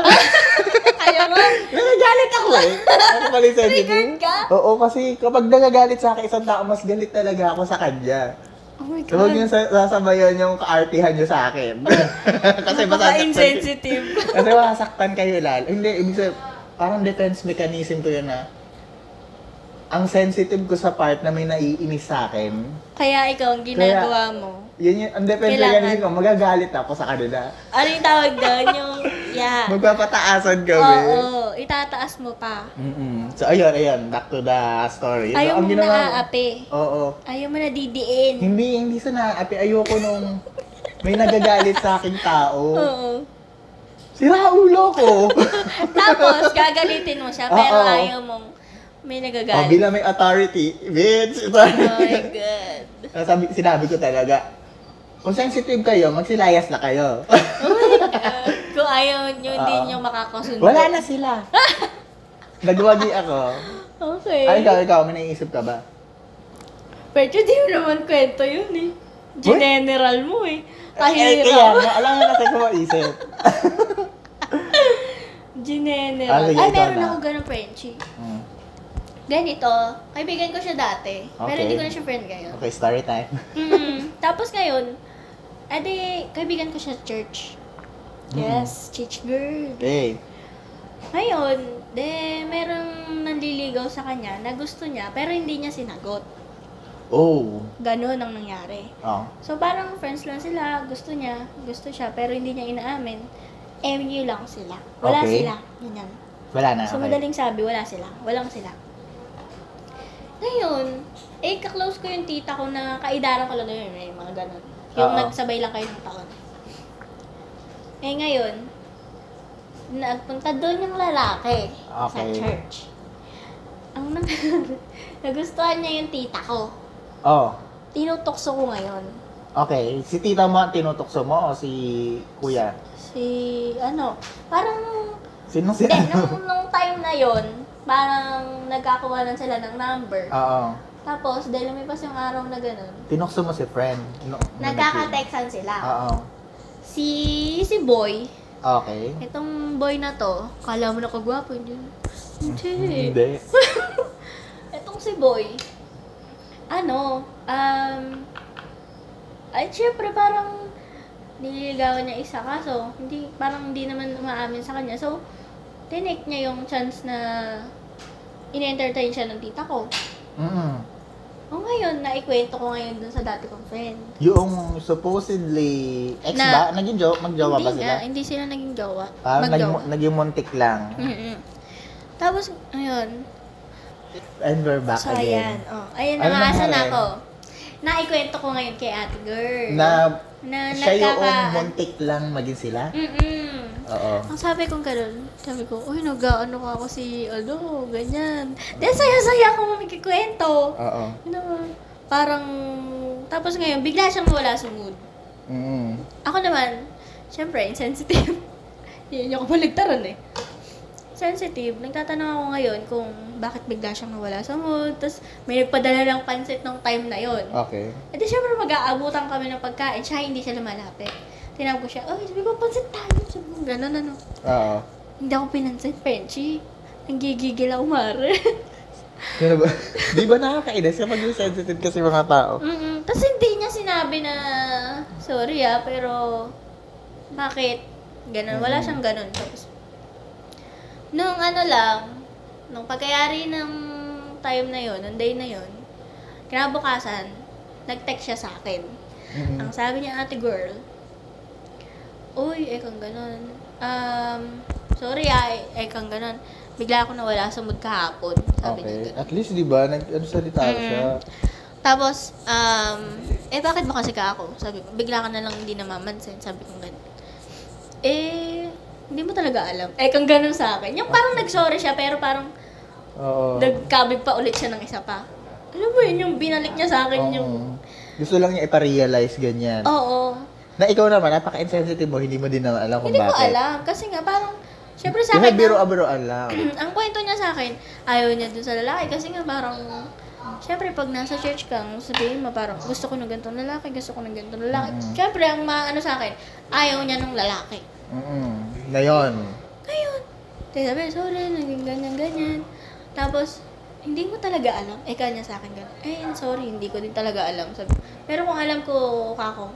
Ayaw mo?
Nagagalit ako eh. Ano pala yung sensitive?
Triggered ka?
Oo, kasi kapag nagagalit sa akin isang tao, mas galit talaga ako sa kanya.
Oh my
Huwag niyo
God.
sa- sasabayan yung kaartihan niyo sa akin. [laughs] kasi masasaktan,
Napaka-insensitive.
kasi masasaktan kayo lalo. Hindi, ibig sabihin, parang defense mechanism ko yun na ang sensitive ko sa part na may naiinis sa akin,
Kaya ikaw, ang ginagawa mo.
yun yung, ang defense
Kailangan.
mechanism ko, magagalit ako sa kanila.
Ano yung tawag doon? Yung, yeah.
Magpapataasan
Oo,
kami.
itataas mo pa.
Mm-mm. So, ayun, ayun, back to the story. So,
Ayaw
ang
mo
ginawa ko-
na aapi.
Oo.
Ayaw mo na didiin.
Hindi, hindi sa naapi. Ayoko nung may nagagalit sa aking tao.
Oo.
Sira ulo ko.
[laughs] Tapos, gagalitin mo siya, pero
Oo.
ayaw mong may
oh,
nagagalit.
bilang may authority.
[laughs]
Bitch!
Oh
Sorry.
my God.
Sabi, sinabi ko talaga. Kung sensitive kayo, magsilayas na kayo.
[laughs] Kung ayaw nyo, hindi
Oo.
nyo makakasundo.
Wala na sila. Nagwagi ako.
Okay.
Ay, ikaw, ikaw, may naisip ka ba?
Pero di mo naman kwento yun eh. General mo eh.
Eh, kaya,
Kahirap.
na- alam mo na kasi kung maisip.
General.
Ah, sige,
Ay,
ikaw
meron
na.
ako ganun, Frenchie.
Mm.
ganito, kaibigan ko siya dati. Pero
Okay.
hindi ko na siya friend ngayon.
Okay, story time.
Mm, tapos ngayon, ade, kaibigan ko siya sa church. Yes, church girl.
Okay.
Ngayon, de, merong nanliligaw sa kanya na gusto niya, pero hindi niya sinagot.
Oh.
Ganon ang nangyari.
Oh.
So, parang friends lang sila, gusto niya, gusto siya, pero hindi niya inaamin. MU lang sila. Wala
Okay.
sila. Ganyan.
Wala na.
So,
Ah, Okay.
madaling sabi, wala sila. Walang sila. Ngayon, eh, kaklose ko yung tita ko na kaidaran ko lang yun, eh, mga ganun. Yung
Oo.
nagsabay lang kayo ng taon. Eh, ngayon, nagpunta doon yung lalaki sa
Okay.
church. Ang nang [laughs] nagustuhan niya yung tita ko.
Oh.
Tinutokso ko ngayon.
Okay. Si tita mo ang tinutokso mo o si kuya?
Si, ano, parang
Sino si ano?
Hindi,
[laughs]
nung, nung time na yon parang nagkakawalan sila ng number.
Oo.
Tapos, dahil lumipas yung araw na ganun,
Tinukso mo si friend. No,
nagkaka-textan sila.
Oo.
Si, si boy,
Okay.
itong boy na to, kala mo nakagwapo, hindi. Hindi.
Hindi.
Itong si boy, ano, um, ay, syempre, parang nililigawan niya isa kaso, hindi, parang hindi naman umaamin sa kanya. So, tinake niya yung chance na in-entertain siya ng tita ko.
Mm.
O ngayon, naikwento ko ngayon dun sa dati kong friend.
Yung supposedly ex
Na-
ba? Naging jo-
hindi
magjowa ba sila?
nga, hindi sila naging jowa.
Parang naging,
Magjowa. Mm-hmm.
naging muntik lang.
[laughs] Mm-mm. Tapos, ayun.
And we're back
so, ayan.
again.
Oh, ayan,
Ano
nangaasa na
nangyari?
ako. Naikwento ko ngayon kay ate girl.
Na
Mm-hmm. na
siya yung
nagkaka-
muntik lang maging sila?
Mm-mm.
Oo.
Ang sabi kong ganun, sabi ko, uy, nag-ano ka ako si, ano, ganyan. Then, saya-saya ako magkikwento.
Oo.
Ano, parang, tapos ngayon, bigla siyang wala sa mood.
Mm.
Ako naman, syempre, insensitive. [laughs] Hindi niya ako baligtaran eh. Sensitive. Nagtatanong ako ngayon kung bakit bigla siyang nawala sa mood. Tapos may nagpadala ng pansit nung time na yon.
Okay.
At syempre mag-aabutan kami ng pagkain. Siya hindi siya lumalapit. Tinawag ko siya, oh, sabi ko, pansit tayo. Sabi ko, ganun ano.
Oo.
Hindi ako pinansin, Frenchie. Nanggigigil ako, mare. [laughs]
Pero ba, [laughs] di ba nakakainis kapag yung sensitive kasi mga tao?
Mm-mm. Tapos hindi niya sinabi na, sorry ah, pero bakit? Ganun, wala
Mm.
siyang ganun. Tapos, nung ano lang, nung pagkayari ng time na yon, nung day na yon, kinabukasan, nag-text siya sa akin.
Mm.
Ang sabi niya, ate girl, Uy, eh kang ganun. Um, sorry ah, eh, eh kang ganun. Bigla ako nawala sa mood kahapon. Ah, Sabi niya
Okay.
ganun.
At least di ba, nag, ano salita
Mm.
siya?
Tapos, um, eh bakit ba kasi ka ako? Sabi ko, bigla ka na lang hindi namamansin. Sabi ko ganun. Eh, hindi mo talaga alam. Eh, kung ganun sa akin. Yung parang nag-sorry siya, pero parang
Oo.
nagkabig pa ulit siya ng isa pa. Alam mo yun, yung binalik niya sa akin
Oo.
yung... Oh.
Gusto lang niya iparealize ganyan.
Oo.
Na ikaw naman, napaka-insensitive mo, hindi mo din naman alam kung
Hindi ko
bakit.
alam. Kasi nga, parang... Siyempre sa
Kasi
akin,
biro
ang,
abro alam.
[clears throat] ang kwento niya sa akin, ayaw niya dun sa lalaki. Kasi nga, parang... Siyempre, pag nasa church ka, ang sabihin mo, parang gusto ko ng ganitong lalaki, gusto ko ng ganitong lalaki.
Mm.
Siyempre, ang maano sa akin, ayaw niya ng lalaki.
Mm. Ngayon.
Ngayon, tayo sabi, sorry, naging ganyan-ganyan. Tapos, hindi mo talaga alam. Eh, kanya sa akin ganun. Eh, sorry, hindi ko din talaga alam. Sabi, pero kung alam ko, kako,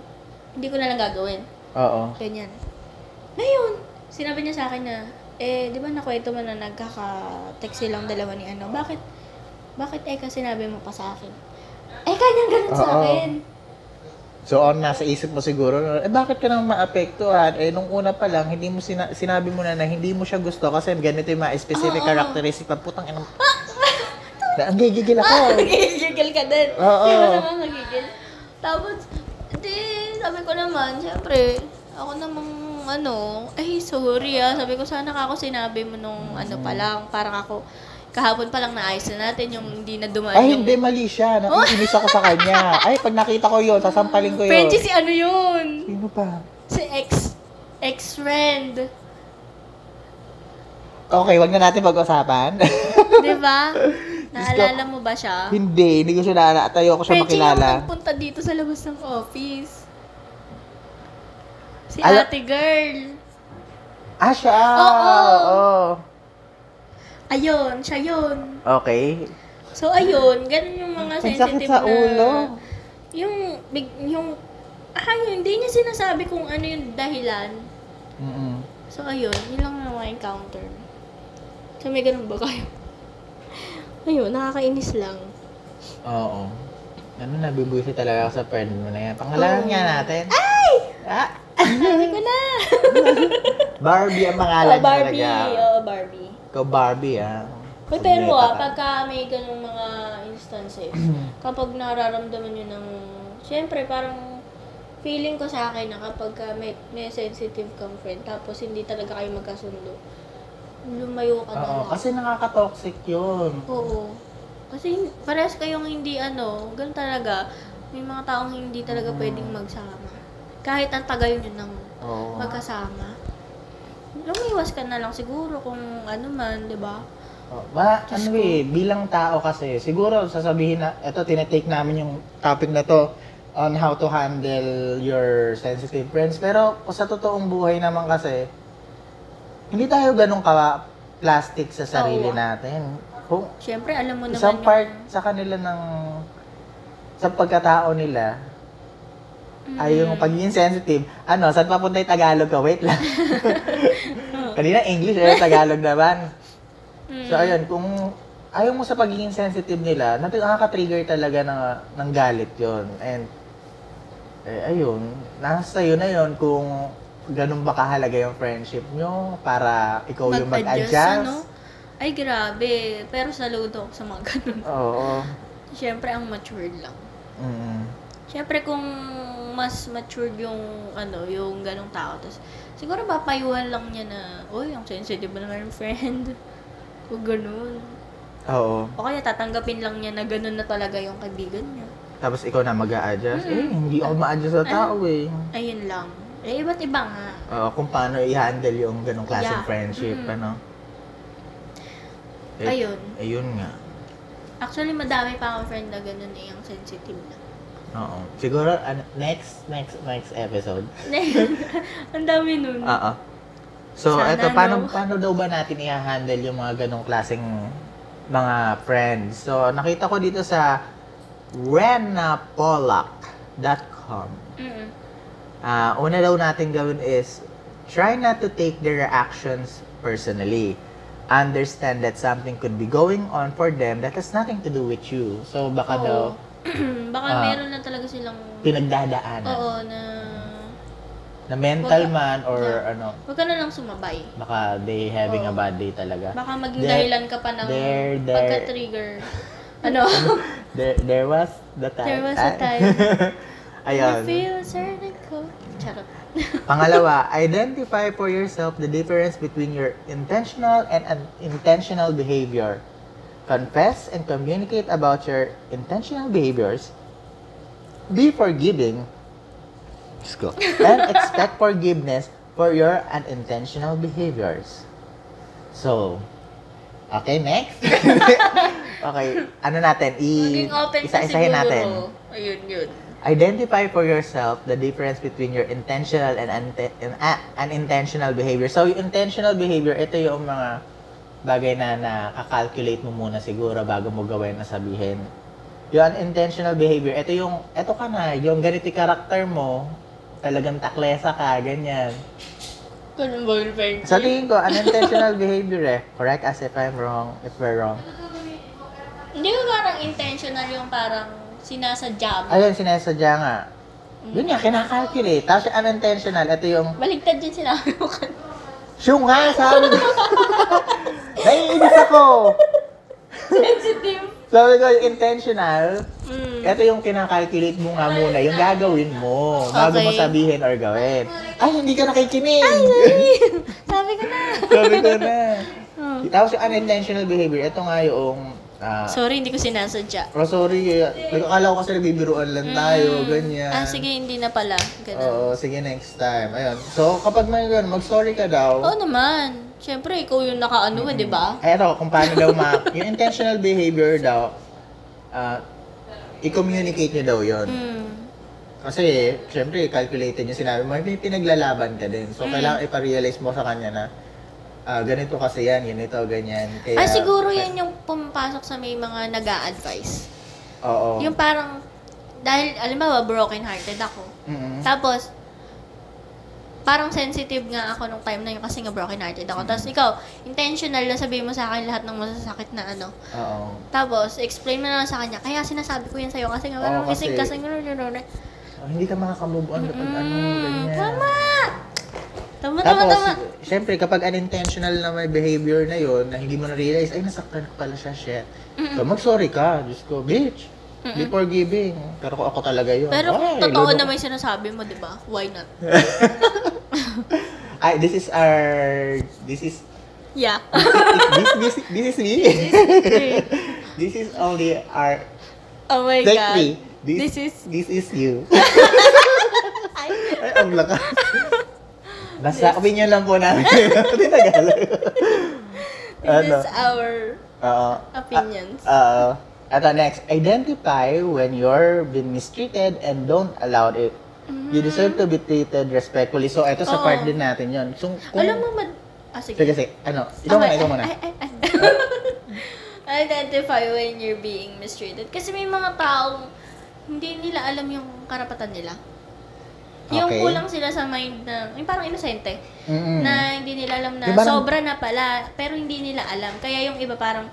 hindi ko na lang gagawin.
Oo.
Ganyan. Ngayon, sinabi niya sa akin na, eh, di ba nakwento mo na nagkaka-text silang dalawa ni ano? Bakit? Bakit eh kasi sinabi mo pa sa akin? Eh, kanya ganun sa
Oo.
akin.
So, on, nasa isip mo siguro, eh bakit ka nang maapektuhan? Eh, nung una pa lang, hindi mo sina- sinabi mo na na hindi mo siya gusto kasi ganito yung mga specific
Oo.
characteristic na putang ina. Na, ang gigigil ako.
[laughs] Ah, nagigigil ka din.
Oo.
Di ba naman nagigigil? Tapos, di, sabi ko naman, syempre, ako namang, ano, ay, sorry ah. Sabi ko, sana ka ako sinabi mo nung, ano pa lang, parang ako, kahapon pa lang naayos na natin yung hindi na dumaan
Ay,
yung...
hindi, mali siya. Nakikinis ako sa kanya. Ay, pag nakita ko yun, sasampalin ko yun.
Frenchie, si ano yun?
Sino pa?
Si ex,
[laughs]
ex-friend.
Okay, wag na natin pag-usapan. [laughs]
di ba? Naalala mo ba siya?
hindi, hindi ko siya naalala. At ayoko siya
Frenchie
makilala.
yung nagpunta dito sa labas ng office. Si
Ala-
ate girl.
Ah, siya!
Oo.
Oo.
Ayun, siya yun.
Okay.
So, ayun, ganun yung mga
Ang sakit
sensitive
sa
na...
ulo.
Yung, big, yung, ah, yun, hindi niya sinasabi kung ano yung dahilan.
Mm-mm.
So, ayun, yun lang yung mga encounter. So, may ganun ba kayo? [laughs] Ayun, nakakainis lang.
Oo. Ano, nabibwisit talaga ako sa friend mo na yan. Pangalanan
Oo.
nga natin. Ay! Ah,
Sabi ko na!
Barbie ang
Oh,
pangalan niya
Barbie.
talaga.
Oh, Barbie.
Ikaw Barbie, ah.
Uy, pero
Sableta
ah,
ka.
pagka may ganung mga
[clears throat]
instances, kapag nararamdaman nyo ng... Siyempre, parang feeling ko sa akin na kapag ka may, may sensitive kang friend, tapos hindi talaga kayo magkasundo, lumayo ka na.
Oo,
lang.
kasi nakaka-toxic yun.
Oo. Kasi parehas kayong hindi ano, ganun talaga. May mga taong hindi
Mm.
talaga pwedeng magsama. Kahit ang tagal nyo nang
Oo.
magkasama. Lumiwas ka na lang siguro kung ano man, di ba?
Oh, ba,
Diyos
ano
ko.
eh, bilang tao kasi, siguro sasabihin na, eto, tinetake namin yung topic na to on how to handle your sensitive friends. Pero kung sa totoong buhay naman kasi, hindi tayo ganun ka-plastic sa sarili
Oo.
natin. Kung
Siyempre, alam mo Oh, Ano naman
isang
yung-
part sa kanila ng sa pagkatao nila
Mm.
ay yung pagiging sensitive. Ano, saan papunta yung Tagalog ko? Wait
[laughs]
lang. Kanina English, eh, Tagalog naman.
Mm.
So ayun, kung ayaw mo sa pagiging sensitive nila, nat- nakaka-trigger talaga ng, ng galit yon And eh, ayun, nasa sa'yo na yon kung ganun ba kahalaga yung friendship nyo para ikaw yung
Mag-adjust,
mag-adjust.
ano? Ay, grabe. Pero saludo ako sa mga [laughs] ganun.
Oo.
Siyempre, ang matured lang.
Mm.
Siyempre, kung mas matured yung, ano, yung ganong tao, tas, siguro papayuhan lang niya na, uy, ang sensitive mo naman yung friend. [laughs] o ganun.
Oo.
O kaya tatanggapin lang niya na ganun na talaga yung kaibigan niya.
Tapos ikaw na mag adjust
Mm.
Eh, hindi ako ma-adjust sa tao
Ah.
eh.
Ayun lang. Eh, iba't iba nga.
Oo, kung paano i-handle yung ganong klaseng
Yeah.
friendship,
Mm.
ano? Eh,
Ayun.
Ayun nga.
Actually, madami pa akong friend na ganun eh, ang sensitive na.
Oo. Siguro, ano, next, next, next episode.
[laughs] ang dami nun.
Oo. So,
Sana,
eto, paano,
no?
paano daw ba natin i-handle yung mga ganong klaseng mga friends? So, nakita ko dito sa renapolak.com.
Mm-mm.
Ah, una daw natin gawin is, try not to take their actions personally. Understand that something could be going on for them that has nothing to do with you. So, baka
Oo.
Ah,
[clears throat]
daw,
Baka
Ah.
meron na talaga silang...
pinagdadaanan.
Oo, na...
Na mental
Wag-
man or
Yeah.
ano,
Huwag ka na lang sumabay.
baka they having a
Oo.
bad day talaga.
Baka maging
There-
dahilan ka pa ng
there- there- [laughs]
pagka-trigger. Ano?
There, there was the time.
There was a
Ah.
time. I
[laughs] Ayun.
[laughs] feel certain ko. Charot.
Pangalawa, identify for yourself the difference between your intentional and unintentional behavior. Confess and communicate about your intentional behaviors. Be forgiving. And expect forgiveness for your unintentional behaviors. So, okay, next. okay, ano natin? [laughs] I,
Maging open ka
isa-isahin
siguro.
natin.
Ayun, yun.
Identify for yourself the difference between your intentional and, unte- and ah, unintentional behavior. So, yung intentional behavior, ito yung mga bagay na nakakalculate mo muna siguro bago mo gawin na sabihin. Yung unintentional behavior, ito yung, ito ka na, yung ganito yung karakter mo, talagang taklesa ka, ganyan.
Ganun ba yung friendship?
Sa tingin ko, unintentional [laughs] behavior eh. Correct us if I'm wrong, if we're wrong.
Hindi ko parang intentional yung parang sinasadya mo.
Ayun, sinasadya nga. Yun nga, kinakalculate. Tapos yung unintentional, ito yung
Baligtad yung sinabi mo
[laughs]
kanina.
Siyong nga, sabi ko. [laughs] Naiinis ako.
Sensitive.
Sabi ko, yung intentional,
Mm. [laughs]
ito yung kinakalculate mo nga muna, yung gagawin mo, bago mo
Okay.
sabihin or gawin. Ay, hindi ka nakikinig.
Sabi ko na.
[laughs] sabi ko na.
Oh.
Tapos yung unintentional behavior, ito nga yung, ah,
Sorry, hindi ko sinasadya.
oh, sorry, nag-akala ko kasi nagbibiruan lang
Mm.
tayo, ganyan.
Ah, sige, hindi na pala. Ganun.
Oo, sige, next time. Ayun. So, kapag may ganun, mag-sorry ka daw.
Oo naman. Siyempre, ikaw yung nakaano, eh, di ba?
Ay, ito, kung paano daw ma... yung intentional behavior daw, ah, i-communicate nyo daw yon
Mm.
Kasi, syempre, calculated yung sinabi mo, may pinaglalaban ka din. So,
Mm.
kailangan iparealize mo sa kanya na, ah, ganito kasi yan, ganito, ganyan. Kaya,
Ay, Ah, siguro yan yung pumapasok sa may mga nag advise
Oo.
Yung parang, dahil, alam ba, broken hearted ako.
Mm-mm.
Tapos, parang sensitive nga ako nung time na yun kasi nga broken hearted ako. Tapos
Hmm.
ikaw, intentional na sabihin mo sa akin lahat ng masasakit na ano.
Oo.
Tapos, explain mo na lang sa kanya. Kaya sinasabi ko yan sa'yo kasi nga
Oo,
parang
kasi-
gising kasi gano'n, gano'n.
Oh, hindi ka makakamove on kapag ano,
Mm,
ganyan.
tama! Tama, tama,
Tapos,
tama.
syempre, kapag unintentional na may behavior na yon na hindi mo na-realize, ay, nasaktan ko pala siya, shit. So, mag-sorry ka. Diyos ko, bitch. Be forgiving. Pero kung ako talaga yun.
Pero kung
ay,
totoo
lolo-
na may sinasabi mo, di ba? Why not?
Ay, this is our... This is...
Yeah.
[laughs] this, this, this is
[laughs]
me. this is only our...
oh my
Take
God.
me. This,
This is-
This is you.
Ay,
Ay, ang
[laughs]
lakas. Basta, opinion lang po namin. Hindi
[laughs]
Tagalog.
[laughs] this
Ano?
is our
Oo.
opinions.
Uh, at the next, identify when you're been mistreated and don't allow it. You deserve to be treated respectfully. So, ito
Mm-hmm.
sa
Oo.
part din natin yon. So, kung,
Alam mo, mad... Ah, sige.
Sige, sige. Ano? Ikaw
Okay,
muna,
eh,
ikaw muna.
ay, ay, ay. [laughs] Identify when you're being mistreated. Kasi may mga taong hindi nila alam yung karapatan nila. Yung
Okay.
kulang sila sa mind na, yung parang inosente, eh,
Mm-mm.
na hindi nila alam na
Yung parang-
sobra na pala, pero hindi nila alam. Kaya yung iba parang,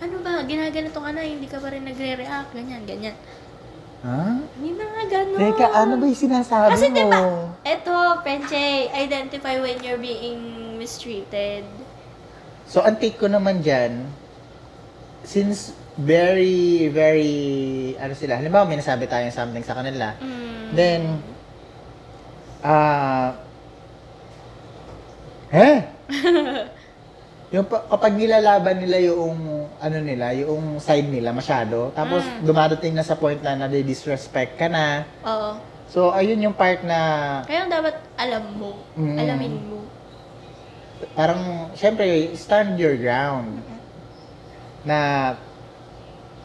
ano ba, ginaganito ka na, hindi ka pa rin nagre-react, ganyan, ganyan.
Ha?
Hindi na nga ganun.
Teka, ano ba yung sinasabi
Kasi
mo?
diba, eto, Penche, identify when you're being mistreated.
So, ang take ko naman dyan, since very, very, ano sila, halimbawa may nasabi tayong something sa kanila,
Mm.
then, ah, eh, yung pa- kapag nilalaban nila yung, ano nila, yung side nila masyado, tapos
Mm.
dumadating na sa point na nade-disrespect ka na,
Oo.
so, ayun yung part na,
Kaya dapat alam mo,
Mm.
alamin mo.
parang, syempre, stand your ground. Na,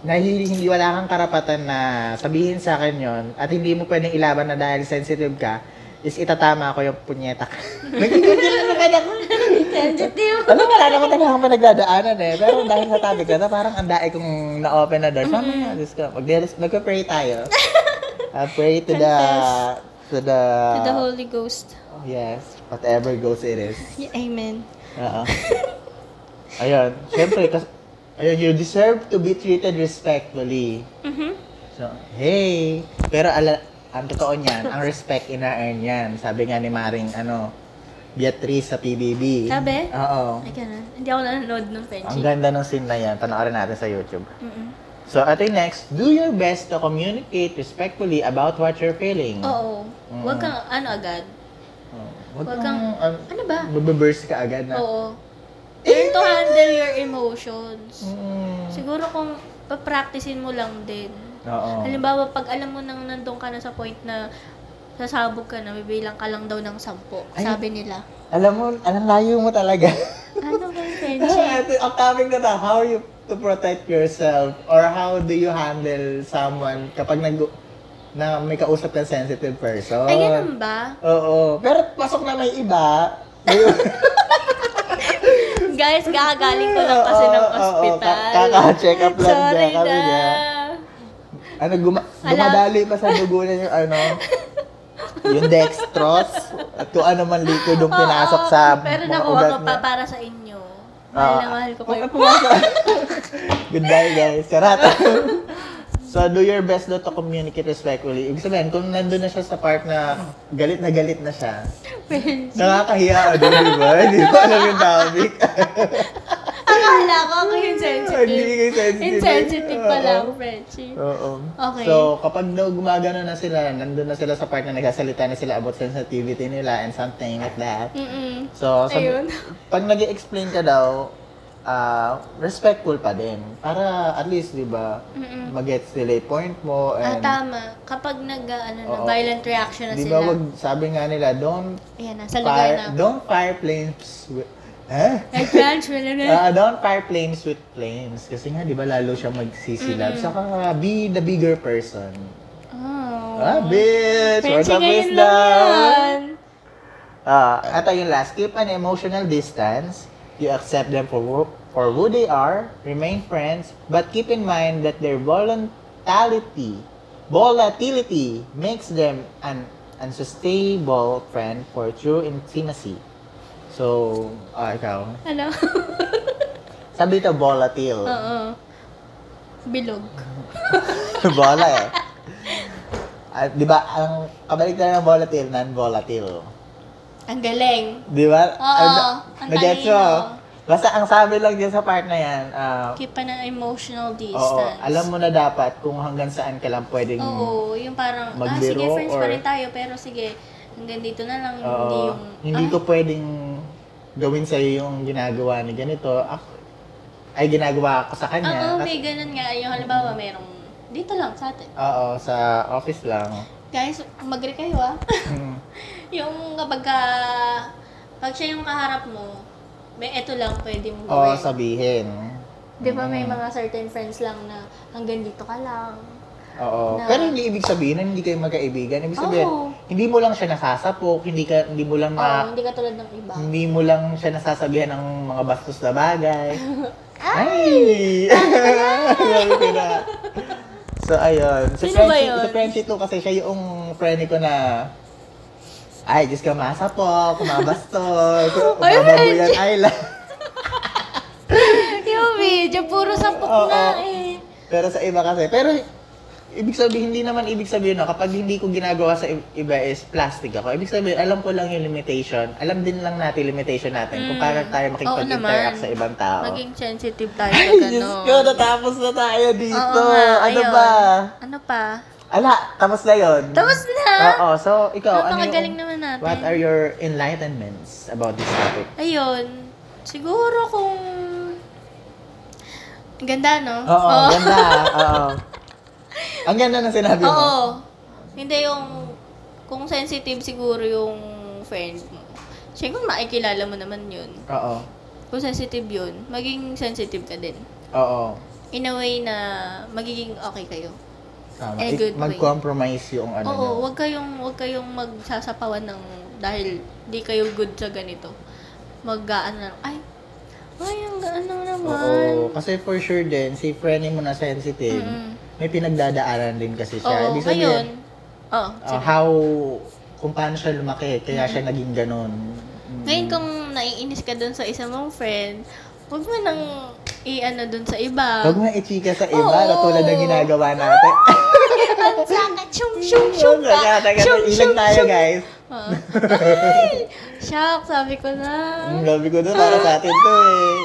na hindi, hindi wala kang karapatan na sabihin sa akin yon at hindi mo pwedeng ilaban na dahil sensitive ka, is itatama ko yung punyeta ka. Nagigigil na naman ako.
Sensitive.
Alam, wala naman talaga akong pinagdadaanan eh. Pero dahil sa topic na to, parang ang dae kong na-open na door. Sabi
Mm-hmm.
nga, Diyos ko, magdi- magpa-pray
[laughs]
tayo. Uh, pray to the, to the,
To the Holy Ghost.
yes, whatever goes it is.
Yeah, amen. [laughs]
Oo. Ayun. Siyempre, kas, ayun, you deserve to be treated respectfully.
Mhm.
So, hey! Pero ala, ang totoo niyan, ang respect ina-earn yan. Sabi nga ni Maring, ano, Beatrice sa PBB.
Sabi?
Oo.
Ay, ganun. Hindi ako nanonood ng
Ang
Frenchie.
ganda ng scene na yan. Panoorin natin sa YouTube.
Mm-mm.
So, ito yung next. Do your best to communicate respectfully about what you're feeling.
Oo.
Mm.
Huwag kang, ano agad.
Oh, Huwag
Huwag
kang,
kang-
um,
Ano ba?
mababurst ka agad na. Eh,
Oo. Learn to handle your emotions.
Mm.
Siguro kung papracticein mo lang din.
Oo.
Halimbawa, pag alam mo nang nandun ka na sa point na sasabog ka na, bibilang ka lang daw ng sampo.
Ay.
Sabi
[laughs]
nila.
Alam mo, alam layo mo talaga.
Ano ba yung
[laughs]
friendship?
Ito, ang topic na to, how you to protect yourself or how do you handle someone kapag nag na may kausap kang sensitive person.
Ay, ganun ba?
Oo. Pero pasok na may iba.
Guys, kakagaling ko lang kasi
Oo,
ng
oo, oo.
ospital.
Ka- kaka-check up lang
Sorry
niya kami
na.
niya. Ano, guma-
Alam.
dumadali pa sa dugo niya yung ano, yung dextrose at kung ano man liquid yung pinasok
Oo,
sa
Pero
mga
nakuha
ugat
ko ano pa
niya.
para sa inyo. Mahal
Ah,
na mahal ko
ah, [laughs]
kayo.
pumasok. Goodbye guys. Charot. [laughs] so do your best daw to communicate respectfully. Ibig sabihin, kung nandun na siya sa part na galit na galit na siya,
Friends.
nakakahiya ka doon, di ba? Hindi ko alam yung topic.
Akala ko ako insensitive.
Hindi ka sensitive.
Insensitive pala ako,
Oo. [laughs]
Frenchie.
Oo.
Okay.
So, kapag daw gumagano na sila, nandun na sila sa part na nagsasalita na sila about sensitivity nila and something like that.
Mm-mm.
So, sabi-
Ayun.
pag nag explain ka daw, ah, respectful pa din. Para at least, di ba,
Mm-mm.
magets nila yung point mo.
Ah,
And,
tama. Kapag nag, ano, na,
Oo.
violent reaction na
di
sila.
ba, wag, sabi nga nila, don't
Ayan na, sa lugar na
fire,
ako.
don't fire flames with, eh?
Nag-judge mo na na.
[laughs] Ah, don't fire flames with flames. Kasi nga, di ba, lalo siya magsisilab. Saka, be the bigger person.
Oh.
Ah, bitch! Words
Fancy
of
ngayon
wisdom!
lang yan.
Ah, at yung last, keep an emotional distance You accept them for who, for who they are, remain friends, but keep in mind that their volatility, volatility makes them an unsustainable friend for true intimacy. So, ah, ikaw.
Ano? [laughs]
Sabi dito, volatile.
Oo. Bilog.
[laughs] Bola eh. At, di ba, ang kabalik na ng volatile, non-volatile.
Ang galing.
Di ba?
Oo, ang
Nagets
talino.
mo? Basta ang sabi lang dyan sa part na yan, ah,
Keep an emotional
oo,
distance.
alam mo na dapat kung hanggang saan ka lang pwedeng
Oo, yung parang, ah,
Magliro
sige, friends pa
or-
rin tayo, pero sige, hanggang dito na lang,
Oo,
hindi yung,
hindi
ah,
ko pwedeng gawin sa yung ginagawa ni ganito. Ako, ay ginagawa ko
ah,
sa
oo,
kanya. Kasi-
may ganun nga, yung halimbawa, merong, dito lang sa atin.
Oo, sa office lang.
Guys, mag-re kayo ah.
Mm.
[laughs] yung kapag ka, pag siya yung kaharap mo, may eto lang pwede mong
Oo,
gawin.
sabihin.
Di ba may
Mm.
mga certain friends lang na hanggang dito ka lang.
Oo.
Na-
Pero hindi ibig sabihin na hindi kayo magkaibigan. Ibig sabihin,
Oo.
hindi mo lang siya nasasapok, hindi ka hindi mo lang
Oo,
ma-
hindi ka tulad ng iba.
hindi mo lang siya nasasabihan ng mga bastos na
[laughs]
bagay. Ay! [laughs] Grabe ko na. So, ayun. Sa
Sino ba
Frenchie,
yun?
sa Frenchie 2 kasi siya yung friend ko na ay, Diyos ka, masapok,
[laughs] Ay,
kumabastos, kumababuyan, ay lang.
yung video, puro sampok
Oo.
na eh.
Pero sa iba kasi, pero ibig sabihin, hindi naman ibig sabihin na kapag hindi ko ginagawa sa i- iba is plastic ako. Ibig sabihin, alam ko lang yung limitation. Alam din lang natin limitation natin kung
Mm.
paano tayo makikipag-interact
Oo naman.
sa ibang tao.
Maging sensitive tayo sa
Ay, Diyos
ganun.
ko, natapos na tayo dito.
ano. Oo nga,
ano
ayun.
ba?
Ano pa?
Ala, tapos na yun.
Tapos na!
Oo, so ikaw, ano
Napakagaling
yung-
naman natin.
What are your enlightenments about this topic?
Ayun. Siguro kung... Ang Ganda, no?
Oo, ganda. Oo. Ang ganda ng sinabi mo.
Oo. Hindi yung... Kung sensitive siguro yung friend mo. Siyempre, makikilala mo naman yun.
Oo.
Kung sensitive yun, maging sensitive ka din.
Oo.
In a way na magiging okay kayo.
Tama.
In a Eh,
Ik-
good way.
Mag-compromise yung ano
Oo,
nyo.
wag kayong wag kayong magsasapawan ng dahil di kayo good sa ganito. Mag-aano na, ay, ay, ang ano naman.
Oo. Kasi for sure din, si Frenny mo na sensitive,
Mm-mm.
may pinagdadaanan din kasi
Oo,
siya.
ngayon.
Ibig sabihin,
Oo,
uh,
sige.
how, kung paano siya lumaki, kaya siya naging ganun. Mm.
Ngayon kung naiinis ka dun sa isa mong friend, huwag mo nang i-ano dun sa iba.
Huwag mo ichika sa iba,
Oo.
katulad ng ginagawa natin.
Ang sakit, shum, shum,
[laughs]
shum ka.
Kaya taga
Shum,
ilang
shum,
tayo,
shum.
guys.
Oo. Ay, shock, sabi ko na.
Ang gabi Hmm, ko doon, para sa atin to eh.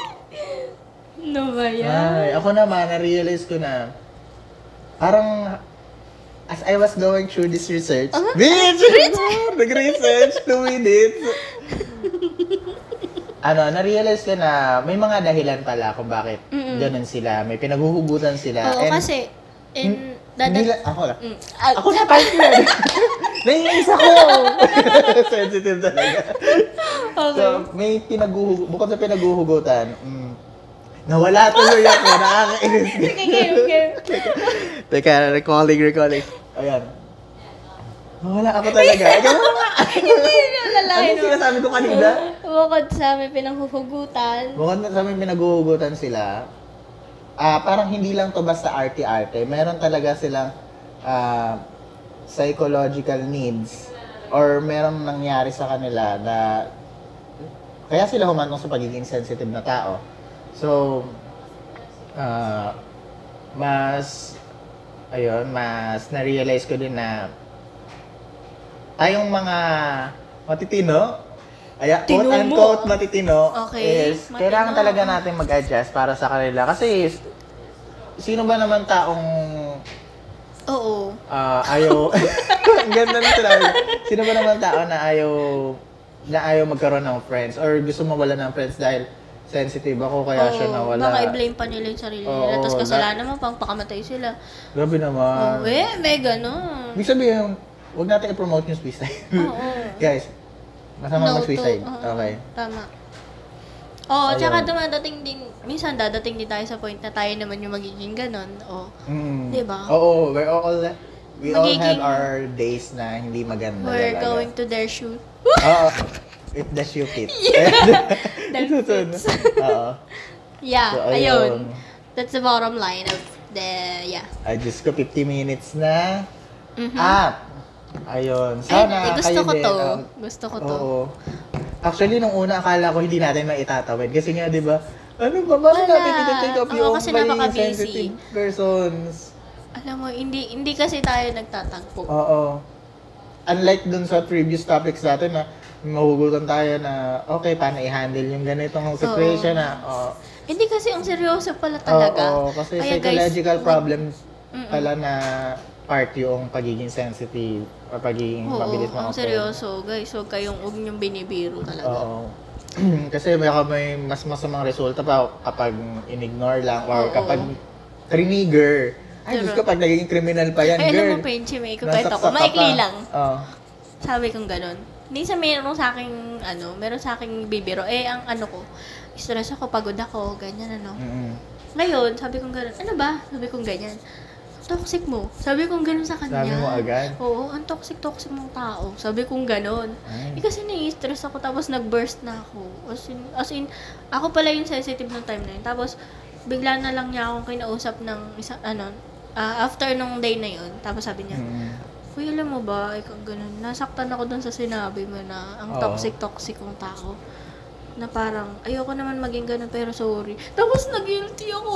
Ano ba
Ay,
yan?
ako naman, na-realize ko na, parang, as I was going through this research, bitch! [laughs] Nag-research, two minutes. ano, na-realize ko na may mga dahilan pala kung bakit
Mm-mm.
ganun sila. May pinaghuhugutan sila.
Oo,
Ah, And
kasi, in, dadat,
Hindi lang, ako lang.
Mm, ah,
Ako na type yun. Naiinis ako. [laughs] Sensitive talaga. So,
[laughs] okay.
may pinaghuhugutan, bukod sa pinaghuhugutan, mm, nawala tuloy ako, [laughs] nakakainis.
Okay, okay,
[laughs]
okay.
Ano Teka, recalling, recalling. Ayan. Wala ako talaga. Ikaw nga.
Hindi
Ano
lalaki
yung sinasabi ko kanina?
Bukod sa may pinanghuhugutan.
Bukod na sa may pinaghuhugutan sila, ah parang hindi lang to basta arte-arte. Meron talaga silang ah, psychological needs or meron nangyari sa kanila na kaya sila humantong sa pagiging sensitive na tao. So, ah, mas, ayun, mas na-realize ko din na tayong mga matitino, ay,
Tino
quote
mo,
unquote
ah.
matitino,
Okay,
is kailangan
matino.
talaga natin mag-adjust para sa kanila. Kasi, sino ba naman taong
Oo.
ah, ayaw, [laughs] ang ganda na sila. Sino ba naman tao na ayaw, na ayaw magkaroon ng friends or gusto mawala ng friends dahil sensitive ako kaya siya
Oo,
nawala.
Baka i-blame pa nila yung sarili nila.
Oo,
Tapos
na- Ah.
kasalanan mo pang pakamatay sila.
Grabe naman.
Oo, eh, may ganun.
Ibig sabihin, huwag natin i-promote yung suicide.
[laughs] Oo.
Guys,
No
masama Hmm. mag-suicide.
to- oo,
Okay.
Tama. Oo,
Ayun.
tsaka dumadating din, minsan dadating din tayo sa point na tayo naman yung magiging ganun. Oo.
Mm.
Diba?
Oo, we're all, we all have
Magiging-
our days na hindi maganda
We're
talaga.
going to their shoot.
Oo. if the shoe
[laughs]
fits.
That
Ito, ito,
fits.
ano? [laughs] Oo.
Yeah,
So,
ayun.
ayun.
That's the bottom line of the, yeah.
Ay, Diyos ko, 50 minutes na.
Mhm.
Up! Ayun. Sana
Ay, eh, gusto
kayo
ko
din.
to.
um,
gusto ko to.
Oo. Actually, nung una, akala ko hindi natin maitatawid. Kasi nga, di ba, ano ba, bakit
Wala.
natin iti-take up
Oo,
yung
kasi
very
napaka-busy.
sensitive persons?
Alam mo, hindi hindi kasi tayo nagtatagpo.
Oo. Unlike dun sa previous topics natin na mahugutan tayo na, okay, paano i-handle yung ganitong situation na, oo.
Hindi kasi ang seryoso pala talaga.
Oo, kasi
Kaya guys,
psychological
wag-
problems
Mm-mm.
pala na part yung pagiging sensitive o pagiging
Oo,
mabilis
ang
ma-offend.
seryoso. Guys, huwag kayong, huwag niyong binibiro talaga.
Oo. [clears throat] Kasi baka may mas masamang resulta pa kapag in-ignore lang
Oo.
or kapag trinigger. Ay, Diyos
Pero-
ko, pag naging criminal pa yan,
Ay, alam
girl.
mo, Penchi, may ikukwento
nasaksak
ko.
ka
Maikli
pa.
lang.
Oo.
Sabi kong ganun. Minsan mayroon sa akin, ano, meron sa akin bibiro. Eh, ang ano ko, stress ako, pagod ako, ganyan, ano.
Mm-mm.
Ngayon, sabi kong ganun, ano ba? Sabi kong ganyan. Toxic mo. Sabi kong ganun sa kanya.
Sabi mo agad?
Oo, ang toxic-toxic mong tao. Sabi kong ganun.
Ay.
Eh, kasi nai-stress ako tapos nag-burst na ako. As in, as in, ako pala yung sensitive ng time na yun. Tapos, bigla na lang niya akong kinausap ng isang, ano, ah, after nung day na yun. Tapos sabi niya,
Mm-mm.
Kuya, alam mo ba, ikaw ganun, nasaktan ako dun sa sinabi mo na ang
Oo.
toxic-toxic kong tao. Na parang, ayoko naman maging ganun, pero sorry. Tapos, nag-guilty ako.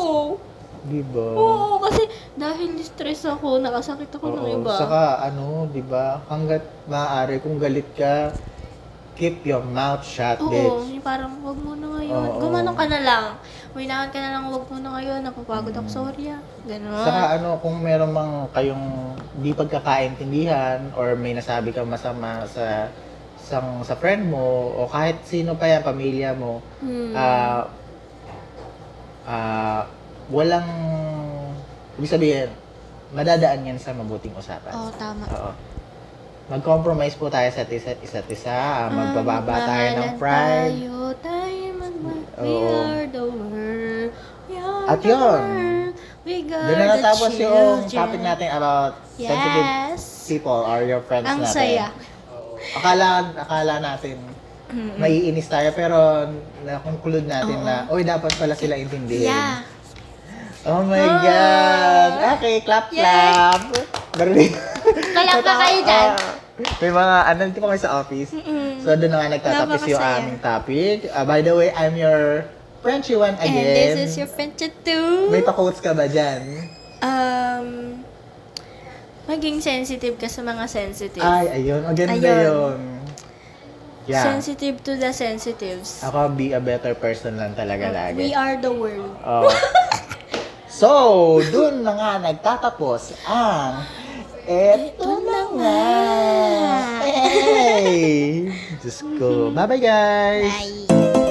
Di ba?
Oo, kasi dahil stress ako, nakasakit ako ng
Oo.
iba.
Saka, ano, di ba, hanggat maaari, kung galit ka, keep your mouth shut,
Oo, yung
bitch.
parang, wag mo na ngayon.
Oo.
Gumano ka na lang. Uminahan ka na lang, wag mo na ngayon. Napapagod ako, sorry ah. Ganun.
Mm. Saka ano, kung meron mang kayong di pagkakaintindihan or may nasabi kang masama sa sang sa friend mo o kahit sino pa yan, pamilya mo,
Hmm.
ah ah, walang, ibig sabihin, madadaan yan sa mabuting usapan.
Oo, tama.
Oo. Mag-compromise po tayo sa isa't isa't isa. ah, Magbababa tayo ng
Magmahalan
pride.
Hmm, Tayo, tayo magmahal. We
Oo.
are the world. We are
At
the
yun.
world. We got
Doon na
the
natapos yung
children.
topic natin about sensitive
Yes.
people or your friends
Ang
natin.
saya.
Oo. Akala, akala natin
Mm-mm.
maiinis tayo pero na-conclude natin
Oo.
na, oy dapat pala sila intindihin.
Yeah.
Oh my
Oh.
God! Okay, clap,
Yay.
clap! Barbi.
Kaya pa
[laughs]
kayo dyan.
May mga, ano, dito pa kayo sa office.
Mm-mm.
So, doon na nga nagtatapos yung
Napakasaya.
aming topic. Ah, by the way, I'm your Frenchy one
And
again.
this is your friend too.
May pa-quotes ka ba dyan?
Um, maging sensitive ka sa mga sensitive.
Ay, ayun. Ang ganda
Ayun.
yun. Ah, Yeah.
Sensitive to the sensitives.
Ako, be a better person lang talaga lagi.
Oh, We are the world.
Oo. Uh, so, dun na nga nagtatapos ang Eto na nga. Hey! Diyos ko. Bye-bye, guys!
Bye.